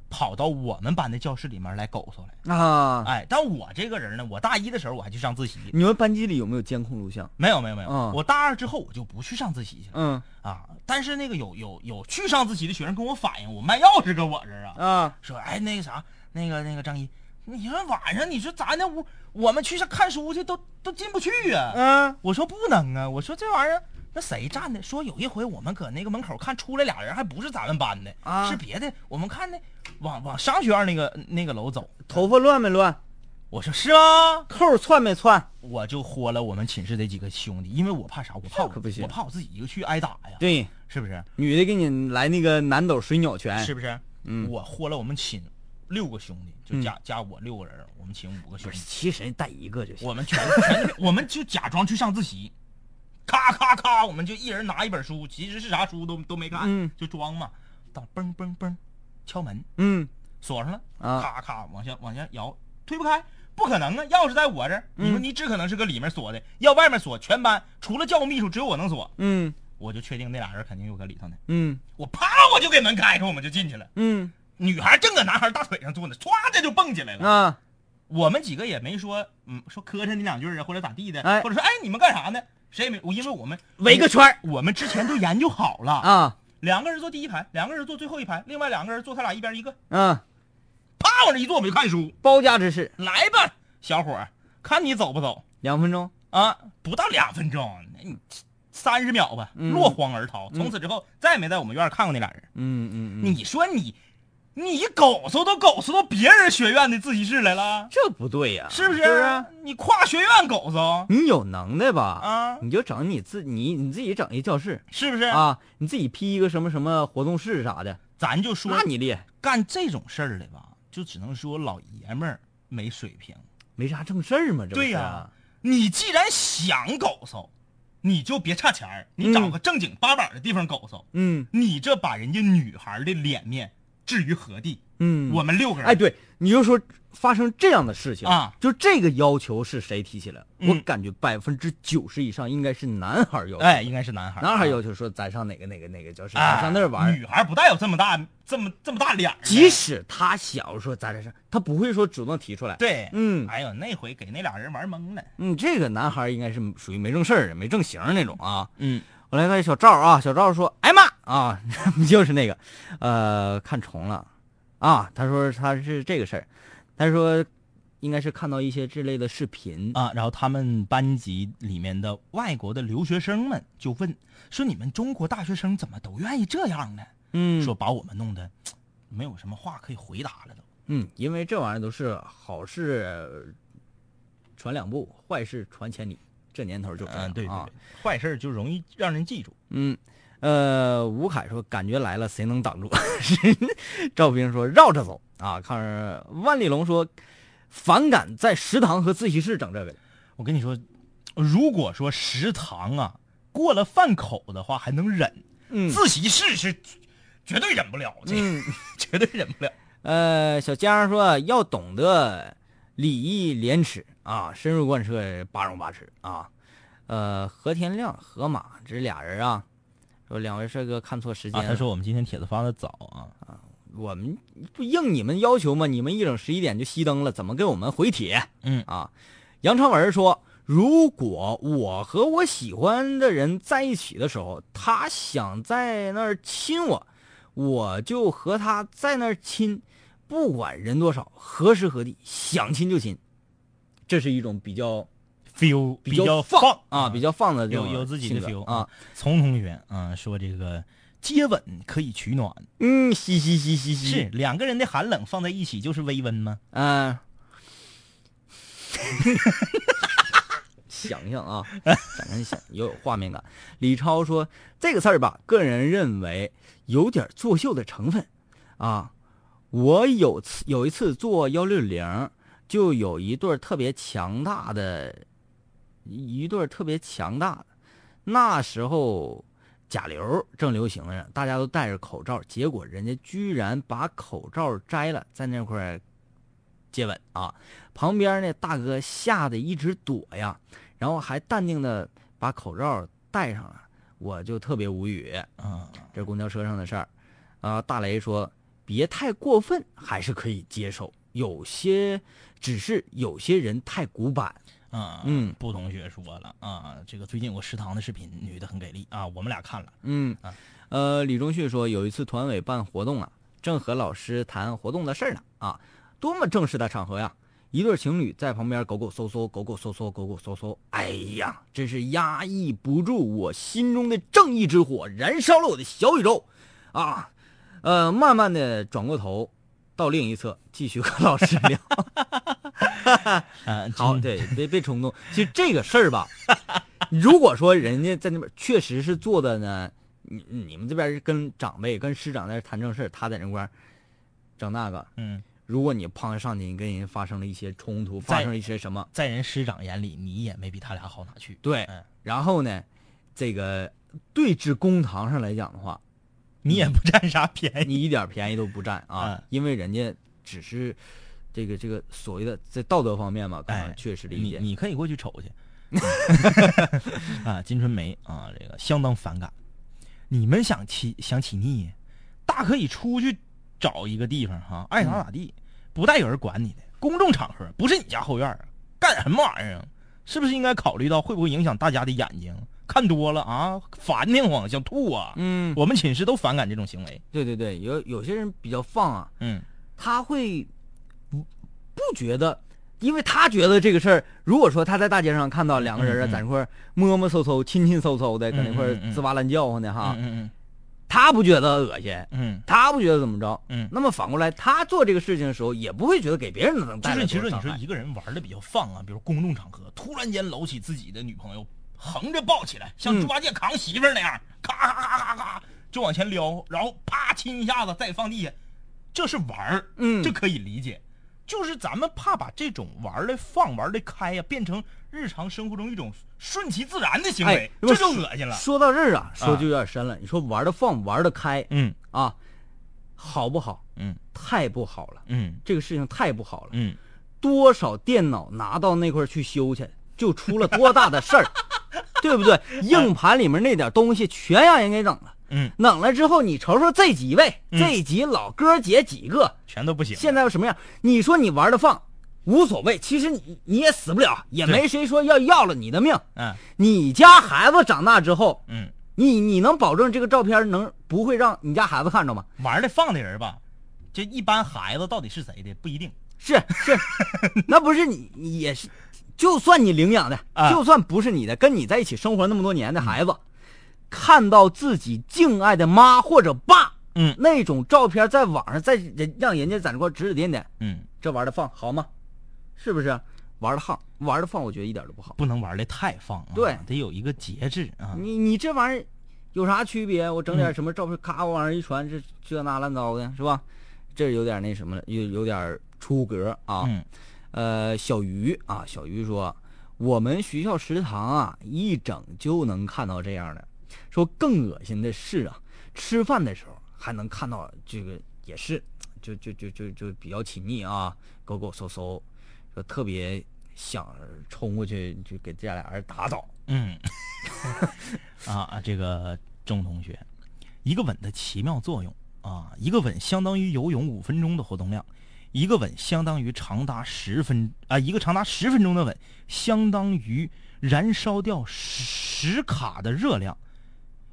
C: 跑到我们班的教室里面来狗搜来。
D: 啊，
C: 哎，但我这个人呢，我大一的时候我还去上自习，
D: 你们班级里有没有监控录像？
C: 没有没有没有，
D: 嗯
C: 我大二之后我就不去上自习去了、
D: 嗯
C: 啊。但是那个有有有去上自习的学生跟我反映，我卖钥匙搁我这儿啊，
D: 啊，
C: 说哎那个啥，那个那个张一，你说晚上你说咱那屋我们去上看书去都都进不去啊呀、
D: 嗯
C: 我说不能啊，我说这玩意儿那谁站的？说有一回我们搁那个门口看出来俩人，还不是咱们班的，
D: 啊
C: 是别的。我们看那往往商学院那个那个楼走，
D: 头发乱没乱？
C: 我说是吗？
D: 扣儿窜没窜？
C: 我就豁了我们寝室的几个兄弟，因为我怕啥？我怕我
D: 可不行
C: 我怕我自己一个去挨打呀，
D: 对，
C: 是不是？
D: 女的给你来那个南斗水鸟拳，
C: 是不是？
D: 嗯
C: 我豁了我们寝六个兄弟，就加、加我六个人，我们寝五个兄
D: 不
C: 弟
D: 是？，其实带一个就行。
C: 我们全全我们就假装去上自习，咔咔咔，我们就一人拿一本书，其实是啥书都都没看，
D: 嗯
C: 就装嘛。到嘣嘣嘣，敲门，
D: 嗯
C: 锁上了，
D: 啊
C: 咔咔往下往下摇，推不开，不可能啊！钥匙在我这儿，你
D: 嗯
C: 说你只可能是搁里面锁的，要外面锁，全班除了教务秘书只有我能锁，
D: 嗯
C: 我就确定那俩人肯定又搁里头呢。
D: 嗯
C: 我啪，我就给门开开，我们就进去了。
D: 嗯
C: 女孩正搁男孩大腿上坐呢，歘，这就蹦起来了。
D: 啊，
C: 我们几个也没说，嗯，说磕碜你两句啊，或者咋地的，
D: 哎
C: 或者说，哎，你们干啥呢？谁也没，我因为我们
D: 围个圈儿
C: 我们之前都研究好了，
D: 啊
C: 两个人坐第一排，两个人坐最后一排，另外两个人坐他俩一边一个，
D: 啊，
C: 啪往这一坐，我们就看书，
D: 包夹之势，
C: 来吧，小伙儿，看你走不走
D: 两分钟。
C: 啊？不到两分钟，你三十秒吧，
D: 嗯
C: 落荒而逃。从此之后，再也没在我们院儿看过那俩人。
D: 嗯嗯嗯，
C: 你说你，你狗搜都狗搜到别人学院的自习室来了，
D: 这不对呀，
C: 是不是？
D: 是啊
C: 你跨学院狗搜
D: 你有能耐吧？
C: 啊？
D: 你就整你自你你自己整一教室
C: 是不是？
D: 啊，你自己批一个什么什么活动室啥的，
C: 咱就说
D: 那你厉害，
C: 干这种事儿的吧，就只能说老爷们儿没水平。
D: 没啥正事儿嘛，这不是
C: 对呀、你既然想狗搜，你就别差钱儿，你找个正经八板的地方狗搜。
D: 嗯
C: 你这把人家女孩的脸面置于何地？
D: 嗯，
C: 我们六个人，
D: 哎，对，你就说发生这样的事情
C: 啊，
D: 就这个要求是谁提起来？我
C: 嗯
D: 感觉百分之九十以上应该是男孩儿要求，
C: 哎，应该是男孩儿，
D: 男孩儿要求说咱上哪个哪个哪个教室，
C: 哎
D: 咱上那儿玩儿。
C: 女孩不带有这么大、这么这么大脸儿的。
D: 即使他想说咱这上，他不会说主动提出来。，
C: 对，
D: 嗯
C: 哎呦，那回给那俩人玩懵了。
D: 嗯，这个男孩儿应该是属于没正事儿的、没正形儿那种啊。
C: 嗯，
D: 我来看小赵啊，小赵说：“哎妈啊， 就是那个，呃，看重了啊。”他说他是这个事儿，他说应该是看到一些这类的视频
C: 啊，然后他们班级里面的外国的留学生们就问说：“你们中国大学生怎么都愿意这样呢？”
D: 嗯
C: 说把我们弄得嘖没有什么话可以回答了都。
D: 嗯，因为这玩意儿都是好事传两步，坏事传千里，这年头就这样、
C: 嗯，对对
D: 啊
C: 对。，坏事儿就容易让人记住。
D: 嗯，呃，吴凯说感觉来了，谁能挡住？ 赵兵说绕着走啊。看着万里龙说反感在食堂和自习室整这个的。
C: 我跟你说，如果说食堂啊过了饭口的话还能忍，
D: 嗯
C: 自习室是绝绝对忍不了，这、
D: 嗯
C: 绝对忍不了。
D: 呃，小江说要懂得礼义廉耻啊，深入贯彻八荣八耻啊。呃，何天亮、河马这俩人啊，说两位帅哥看错时间
C: 啊，
D: 了、
C: 他说我们今天帖子发的早啊，
D: 我们不应你们要求吗？你们一整十一点就熄灯了，怎么给我们回帖？
C: 嗯
D: 啊，杨昌文说，如果我和我喜欢的人在一起的时候，他想在那儿亲我，我就和他在那儿亲，不管人多少，何时何地，想亲就亲，这是一种比较
C: feel
D: 比
C: 较
D: 放啊，比较放的这
C: 有
D: 种
C: 有自己的
D: 性格
C: feel
D: 啊。。
C: 从同学啊说这个接吻可以取暖，
D: 嗯，嘻嘻嘻嘻嘻，
C: 是两个人的寒冷放在一起就是微温吗？
D: 嗯、 想象啊，想象想有有画面感。李超说这个事儿吧，个人认为有点作秀的成分啊。我有次有一次坐幺六零，就有一对儿特别强大的，一对儿特别强大的。那时候甲流正流行着，大家都戴着口罩，结果人家居然把口罩摘了，在那块儿接吻啊。旁边呢，大哥吓得一直躲呀，然后还淡定的把口罩戴上了，我就特别无语。
C: 啊，
D: 这公交车上的事儿，啊，大雷说别太过分，还是可以接受。有些只是有些人太古板，
C: 啊，
D: 嗯
C: 布同学说了啊，这个最近有个食堂的视频，女的很给力啊，我们俩看了，
D: 嗯，呃，李忠旭说有一次团委办活动啊，正和老师谈活动的事儿呢啊，多么正式的场合呀！一对情侣在旁边狗狗嗖嗖，狗狗嗖嗖，狗狗嗖嗖，哎呀，真是压抑不住我心中的正义之火，燃烧了我的小宇宙，啊，呃，慢慢的转过头到另一侧，继续和老师聊。
C: 嗯，
D: 好，
C: 真
D: 对，别别冲动。其实这个事儿吧，如果说人家在那边确实是做的呢，你你们这边跟长辈、跟师长在这谈正事儿，他在那块儿整那个。
C: 嗯，
D: 如果你碰上去，你跟人发生了一些冲突，发
C: 在
D: 生了一些什么，
C: 在人师长眼里，你也没比他俩好哪去。
D: 对
C: 嗯，
D: 然后呢，这个对峙公堂上来讲的话，
C: 你也不占啥便宜。
D: 你一点便宜都不占啊
C: 哎嗯，
D: 因为人家只是这个这个所谓的在道德方面嘛，可
C: 哎
D: 能确实理
C: 你
D: 解。
C: 你可以过去瞅去。 啊，金春梅啊，这个相当反感。你们想起想起腻，大可以出去找一个地方哈、爱咋咋地，不带有人管你的。公众场合不是你家后院儿，干什么玩意儿啊？是不是应该考虑到会不会影响大家的眼睛？看多了啊，烦的慌，想吐啊！
D: 嗯，
C: 我们寝室都反感这种行为。
D: 对对对，有有些人比较放啊，
C: 嗯，
D: 他会不不觉得，因为他觉得这个事儿，如果说他在大街上看到两个人啊
C: 嗯嗯
D: 在那块儿摸摸搜搜、亲亲搜搜的，搁那
C: 嗯
D: 块
C: 嗯
D: 儿
C: 嗯
D: 滋哇乱叫唤的哈，
C: 嗯
D: 他不觉得恶心，
C: 嗯
D: 他不觉得怎么着。
C: 嗯嗯，
D: 那么反过来，他做这个事情的时候，也不会觉得给别人能
C: 就
D: 带来
C: 是其实你
D: 多少伤
C: 说
D: 害
C: 一个人玩的比较放啊，比如公众场合，突然间搂起自己的女朋友，横着抱起来，像
D: 嗯
C: 猪八戒扛媳妇儿那样，咔咔咔咔咔就往前撩，然后啪亲一下子再放地下，这是玩儿，
D: 嗯
C: 这可以理解。就是咱们怕把这种玩儿的放、玩儿的开呀、变成日常生活中一种顺其自然的行为
D: 哎，，如
C: 这
D: 果
C: 就
D: 说
C: 恶心了。
D: 说到这儿啊，说就有点深了。你说玩的放，玩的开
C: 嗯
D: 啊，好不好？
C: 嗯
D: 太不好了，
C: 嗯
D: 这个事情太不好了。
C: 嗯，
D: 多少电脑拿到那块儿去修去，就出了多大的事儿，对不对？硬盘里面那点东西全让人给整了。
C: 嗯，
D: 冷了之后，你瞅瞅这几位，
C: 嗯
D: 这几老哥姐几个，
C: 全都不行。
D: 现在又什么样？你说你玩的放，无所谓，其实你你也死不了，也没谁说要要了你的命。
C: 嗯
D: 你家孩子长大之后，
C: 嗯，
D: 你你能保证这个照片能不会让你家孩子看着吗？
C: 玩儿的放的人吧，这一般孩子到底是谁的不一定。
D: 是 是，那不是你你也是，就算你领养的，
C: 啊
D: 就算不是你的，跟你在一起生活那么多年的孩子，看到自己敬爱的妈或者爸，
C: 嗯
D: 那种照片在网上，在人让人家在那块指指点点，
C: 嗯。
D: 这玩的放好吗？是不是？玩的放，玩的放，我觉得一点都不好。
C: 不能玩的太放、啊，
D: 对
C: 得有一个节制啊。嗯
D: 你你这玩意儿有啥区别？我整点什么照片，咔往上一传，这这那乱糟的，是吧？这有点那什么了，有有点出格啊。
C: 嗯
D: 呃，小鱼啊，小鱼说，我们学校食堂啊，一整就能看到这样的。说更恶心的是啊，吃饭的时候还能看到这个，也是，就就就就就比较亲昵啊，勾勾搜搜，说特别想冲过去就给这俩人打倒。
C: 嗯， 啊啊，这个钟同学，一个吻的奇妙作用啊，一个吻相当于游泳五分钟的活动量，一个吻相当于长达十分啊，一个长达十分钟的吻相当于燃烧掉十卡的热量。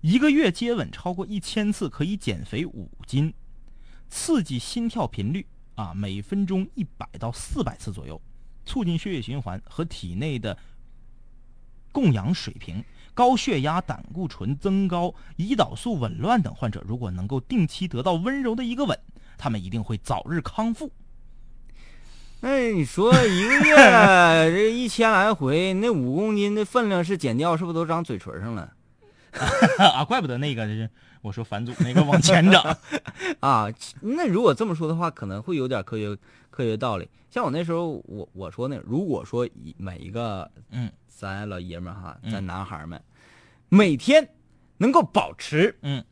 C: 一个月接吻超过一千次可以减肥五斤，刺激心跳频率啊，每分钟一百到四百次左右，促进血液循环和体内的供氧水平。高血压、胆固醇增高、胰岛素紊乱等患者，如果能够定期得到温柔的一个吻，他们一定会早日康复。
D: 那哎你说一个月这一千来回，那五公斤的分量是减掉，是不是都长嘴唇上了
C: 啊，怪不得那个就是我说反祖那个往前长，
D: 啊？那如果这么说的话，可能会有点科学科学道理。像我那时候，我我说呢，如果说一每一个
C: 嗯
D: 咱老爷们儿哈，
C: 嗯
D: 咱男孩儿们、每天能够保持
C: 嗯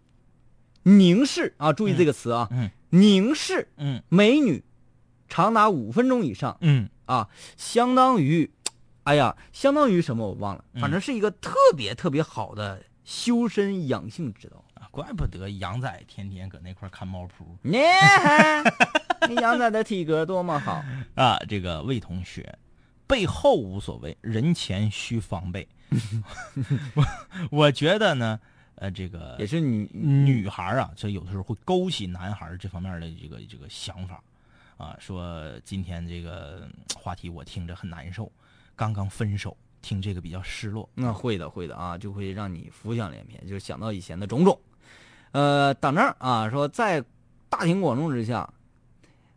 D: 凝视啊，注意这个词啊，
C: 嗯
D: 凝视
C: 嗯
D: 美女长达五分钟以上
C: 嗯
D: 啊，相当于，哎呀，相当于什么我忘了，反
C: 嗯
D: 正是一个特别特别好的修身养性之道。
C: 啊，怪不得杨仔天天搁那块儿看猫扑
D: 你看，那杨仔的体格多么好，
C: 啊。这个魏同学，背后无所谓，人前需防备。 我我觉得呢，呃，这个
D: 也是你
C: 女孩儿啊，这有的时候会勾起男孩儿这方面的这个这个想法，啊，说今天这个嗯话题我听着很难受，刚刚分手，听这个比较失落。
D: 那会的，会的啊，就会让你浮想联翩，就是想到以前的种种。呃，党证啊说，在大庭广众之下，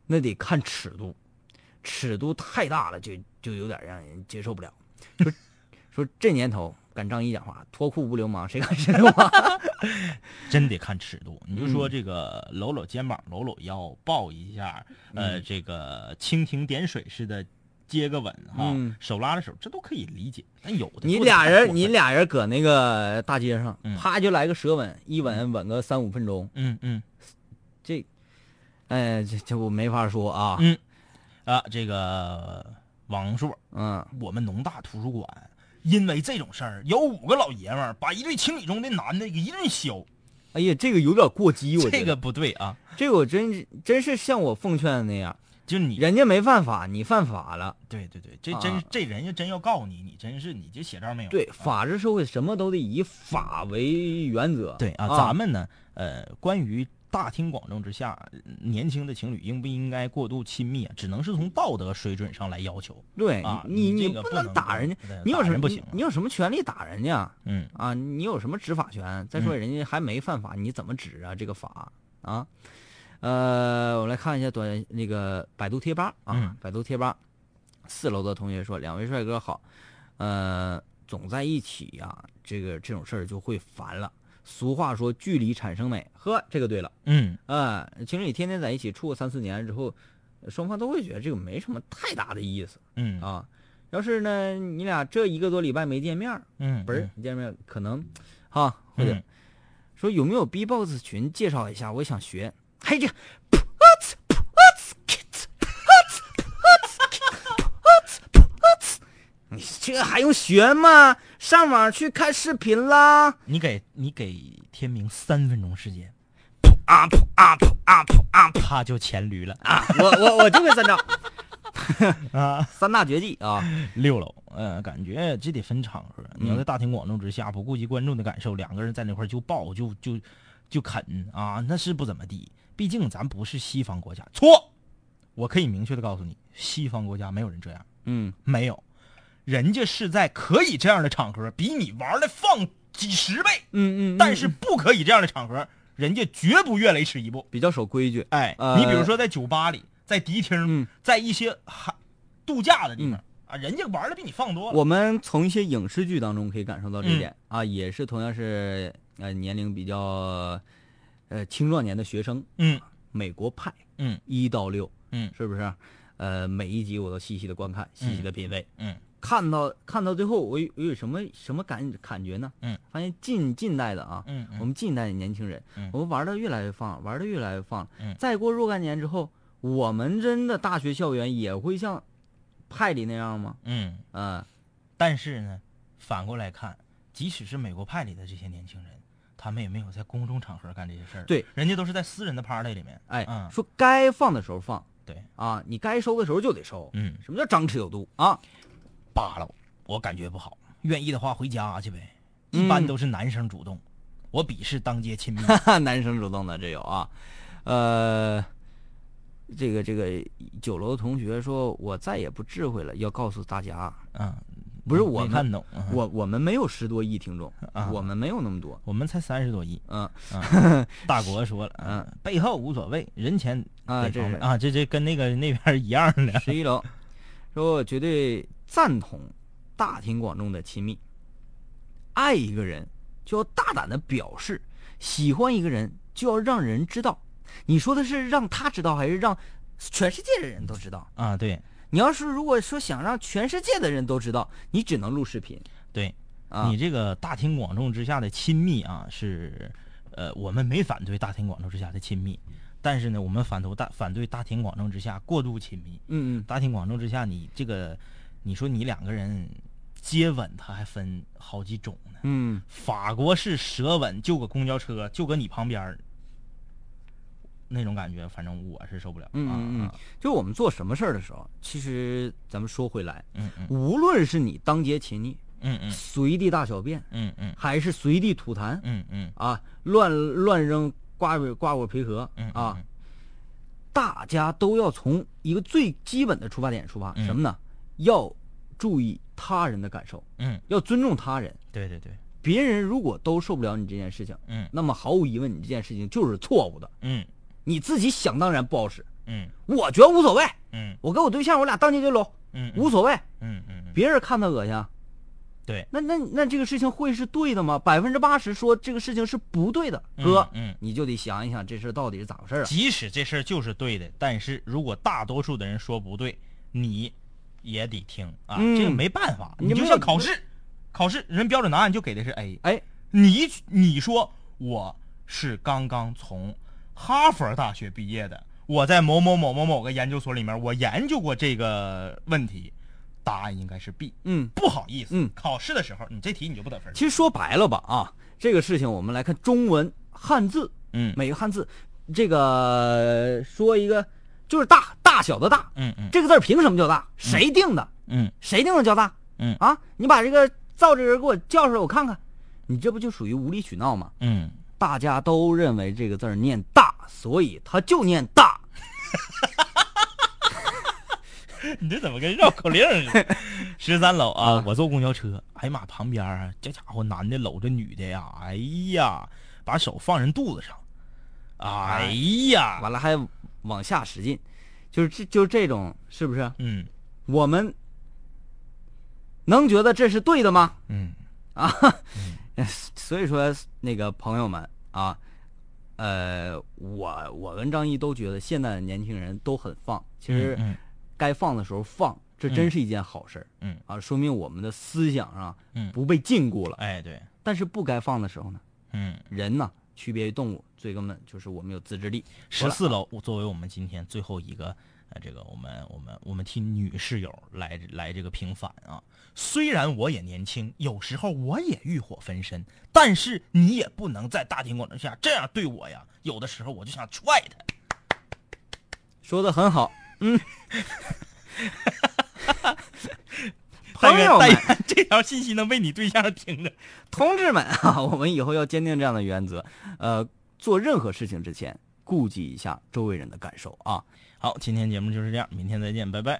D: 那得看尺度，尺度太大了就就有点让人接受不了。说说这年头敢仗义讲话，脱裤不流氓，谁敢是啊流氓？
C: 真得看尺度。
D: 嗯
C: 你就说这个搂搂肩膀、搂搂腰、抱一下，呃，
D: 嗯
C: 这个蜻蜓点水似的接个吻哈，
D: 嗯
C: 手拉着手，这都可以理解。但有的
D: 你
C: 做得
D: 俩
C: 太
D: 人，
C: 过
D: 你
C: 分，
D: 俩人搁那个大街上
C: 嗯，
D: 啪就来个舌吻，一吻吻个三五分钟，
C: 嗯嗯
D: 这，哎，这这我没法说啊。
C: 嗯啊，这个王硕，
D: 嗯，
C: 我们农大图书馆因为这种事儿，有五个老爷们儿把一对情侣中的男的给一顿削，
D: 哎呀，这个有点过激，我觉得。
C: 这个不对啊！
D: 这个我真真是像我奉劝的那样，
C: 就你
D: 人家没犯法，你犯法了。
C: 对对对，这真、
D: 啊
C: 这人家真要告你，你真是你这写照没有？
D: 对，
C: 啊
D: 法治社会什么都得以法为原则。
C: 对啊，咱们呢，呃，关于大庭广众之下，呃年轻的情侣应不应该过度亲密啊，只能是从道德水准上来要求。
D: 对
C: 啊
D: 哎
C: 你
D: 你你
C: 这个
D: 不
C: 不能
D: 打人家
C: 对，
D: 你有
C: 打
D: 什
C: 人
D: 么
C: 不行啊
D: 你有什么权利打人家
C: 嗯，
D: 啊？你有什么执法权？再说人家还没犯法，你怎么指啊？这个法啊？呃，我来看一下短那个百度贴吧啊，
C: 嗯
D: 百度贴吧，四楼的同学说：“两位帅哥好，呃，总在一起呀、这个这种事儿就会烦了。俗话说，距离产生美，呵，这个对了。”
C: 嗯，
D: 啊、情侣天天在一起处个三四年之后，双方都会觉得这个没什么太大的意思
C: 嗯，
D: 啊。要是呢，你俩这一个多礼拜没见面儿，
C: 嗯，
D: 不是没见面儿，可能，哈，或者、
C: 嗯
D: 说有没有 B-box 群介绍一下，我也想学。嘿，这你这还用学吗？上网去看视 频啦。
C: 你给你给天明三分钟时间，
D: 啊噗啊噗啊噗啊噗
C: 他就黔驴了
D: 啊！我我我就会三招，
C: 啊！
D: 三大绝技啊。
C: 六楼，呃，感觉这得分场合。你要在大庭广众之下，不顾及观众的感受，两个人在那块儿就抱就就就啃啊，那是不怎么地。毕竟咱不是西方国家，错。我可以明确的告诉你，西方国家没有人这样。
D: 嗯。
C: 没有，人家是在可以这样的场合比你玩的放几十倍，
D: 嗯嗯，
C: 但是不可以这样的场合，人家绝不越雷池一步。
D: 比较守规矩。
C: 哎，
D: 呃
C: 你比如说在酒吧里，在迪厅，
D: 嗯
C: 在一些还度假的地方、啊，人家玩的比你放多了。
D: 我们从一些影视剧当中可以感受到这一点、
C: 嗯
D: 啊，也是同样是呃年龄比较呃青壮年的学生，
C: 嗯
D: 美国派
C: 嗯
D: 一到六
C: 嗯
D: 是不是？呃，每一集我都细细的观看，细细的品味，
C: 嗯
D: 看到看到最后，我有我有什么什么感感觉呢？
C: 嗯，
D: 发现近近代的啊，
C: 嗯
D: 我
C: 嗯
D: 们近代的年轻人，
C: 嗯
D: 我们玩的越来越放，玩的越来越放。
C: 嗯
D: 再过若干年之后，我们真的大学校园也会像派里那样吗？
C: 嗯，
D: 嗯、
C: 但是呢，反过来看，即使是美国派里的这些年轻人，他们也没有在公众场合干这些事儿。
D: 对，
C: 人家都是在私人的 party 里面。
D: 哎，
C: 嗯，
D: 说该放的时候放
C: 对，
D: 啊，你该收的时候就得收。
C: 嗯，
D: 什么叫张弛有度啊？
C: 扒拉我，我感觉不好。愿意的话回家去呗。一般
D: 嗯
C: 都是男生主动，我鄙视当街 亲密。
D: 男生主动的这有啊，呃，这个这个九楼同学说，我再也不智慧了，要告诉大家，
C: 嗯，
D: 不是
C: 没
D: 我
C: 看
D: 们，
C: 懂，嗯
D: 我我们没有十多亿听众，
C: 啊
D: 我们没有那么多，
C: 我们才三十多亿。
D: 嗯
C: 啊 大国说了，嗯，背后无所谓，人前
D: 啊
C: 得
D: 这
C: 防
D: 是
C: 备啊，这这跟那个那边儿一样的。
D: 十一楼说，我绝对赞同大庭广众的亲密，爱一个人就要大胆的表示，喜欢一个人就要让人知道，你说的是让他知道，还是让全世界的人都知道？
C: 啊，对
D: 你要是如果说想让全世界的人都知道，你只能录视频
C: 对，
D: 啊。
C: 你这个大庭广众之下的亲密啊，是，呃，我们没反对大庭广众之下的亲密，但是呢，我们反对大反对大庭广众之下过度亲密。
D: 嗯嗯，
C: 大庭广众之下，你这个，你说你两个人接吻，它还分好几种呢。
D: 嗯，
C: 法国式舌吻，就搁公交车，就搁你旁边儿那种感觉，反正我是受不了。
D: 嗯嗯嗯
C: 啊
D: 就我们做什么事儿的时候，其实咱们说回来，
C: 嗯嗯
D: 无论是你当街亲昵、
C: 嗯嗯
D: 随地大小便，
C: 嗯嗯
D: 还是随地吐痰
C: 嗯嗯
D: 啊，乱乱扔瓜果瓜果皮壳
C: 嗯
D: 啊，，大家都要从一个最基本的出发点出发，
C: 嗯
D: 什么呢？要注意他人的感受，
C: 嗯，
D: 要尊重他人。
C: 对对对，
D: 别人如果都受不了你这件事情，
C: 嗯
D: 那么毫无疑问，你这件事情就是错误的，
C: 嗯
D: 你自己想当然不好使。
C: 嗯
D: 我觉得无所谓，
C: 嗯
D: 我跟我对象我俩当街就搂，
C: 嗯，
D: 无所谓，
C: 嗯嗯
D: 别人看他恶心。啊
C: 对，
D: 那那那这个事情会是对的吗？百分之八十说这个事情是不对的，
C: 嗯
D: 哥，
C: 嗯
D: 你就得想一想这事儿到底是咋回事儿啊？
C: 即使这事儿就是对的，但是如果大多数的人说不对，你也得听啊，
D: 嗯
C: 这个没办法。
D: 你
C: 你就
D: 没有
C: 像考试，考试人标准答案就给的是 A，
D: 哎，
C: 你你说我是刚刚从哈佛大学毕业的，我在某某某某某个研究所里面，我研究过这个问题，答案应该是 B。
D: 嗯，
C: 不好意思，
D: 嗯
C: 考试的时候你这题你就不得分儿。
D: 其实说白了吧，啊，这个事情我们来看中文汉字，
C: 嗯
D: 每个汉字，这个说一个就是大大小的大，
C: 嗯嗯
D: 这个字儿凭什么叫大？谁定的？
C: 嗯
D: 谁定的叫大？
C: 嗯
D: 啊，你把这个造这人给我叫出来，我看看，你这不就属于无理取闹吗？
C: 嗯，
D: 大家都认为这个字儿念大，所以他就念大。
C: 你这怎么跟绕口令儿 似的？十三楼啊，
D: 啊
C: 我坐公交车，哎呀妈，旁边儿这家伙男的搂着女的呀，哎呀，把手放人肚子上，哎呀，
D: 完了还往下使劲，就是这就是这种，是不是？
C: 嗯
D: 我们能觉得这是对的吗？
C: 嗯
D: 所以说，那个朋友们啊，呃，我我跟张毅都觉得现在的年轻人都很放，其实
C: 嗯嗯
D: 该放的时候放，这真是一件好事儿
C: 嗯
D: 啊，说明我们的思想啊
C: 嗯，
D: 不被禁锢了。
C: 哎对，
D: 但是不该放的时候呢，
C: 嗯。
D: 人呢区别于动物，最根本就是我们有自制力。
C: 十四楼作为我们今天最后一个呃，这个我们我们我们替女室友来来这个平反啊。虽然我也年轻，有时候我也欲火焚身，但是你也不能在大庭广众下这样对我呀。有的时候我就想踹他。
D: 说的很好， 嗯。
C: 但
D: 朋
C: 愿
D: 友
C: 但
D: 们，
C: 愿这条信息能被你对象听着。
D: 同志们啊， 我们以后要坚定这样的原则。呃，做任何事情之前，顾及一下周围人的感受啊。
C: 好，今天节目就是这样，明天再见，拜拜。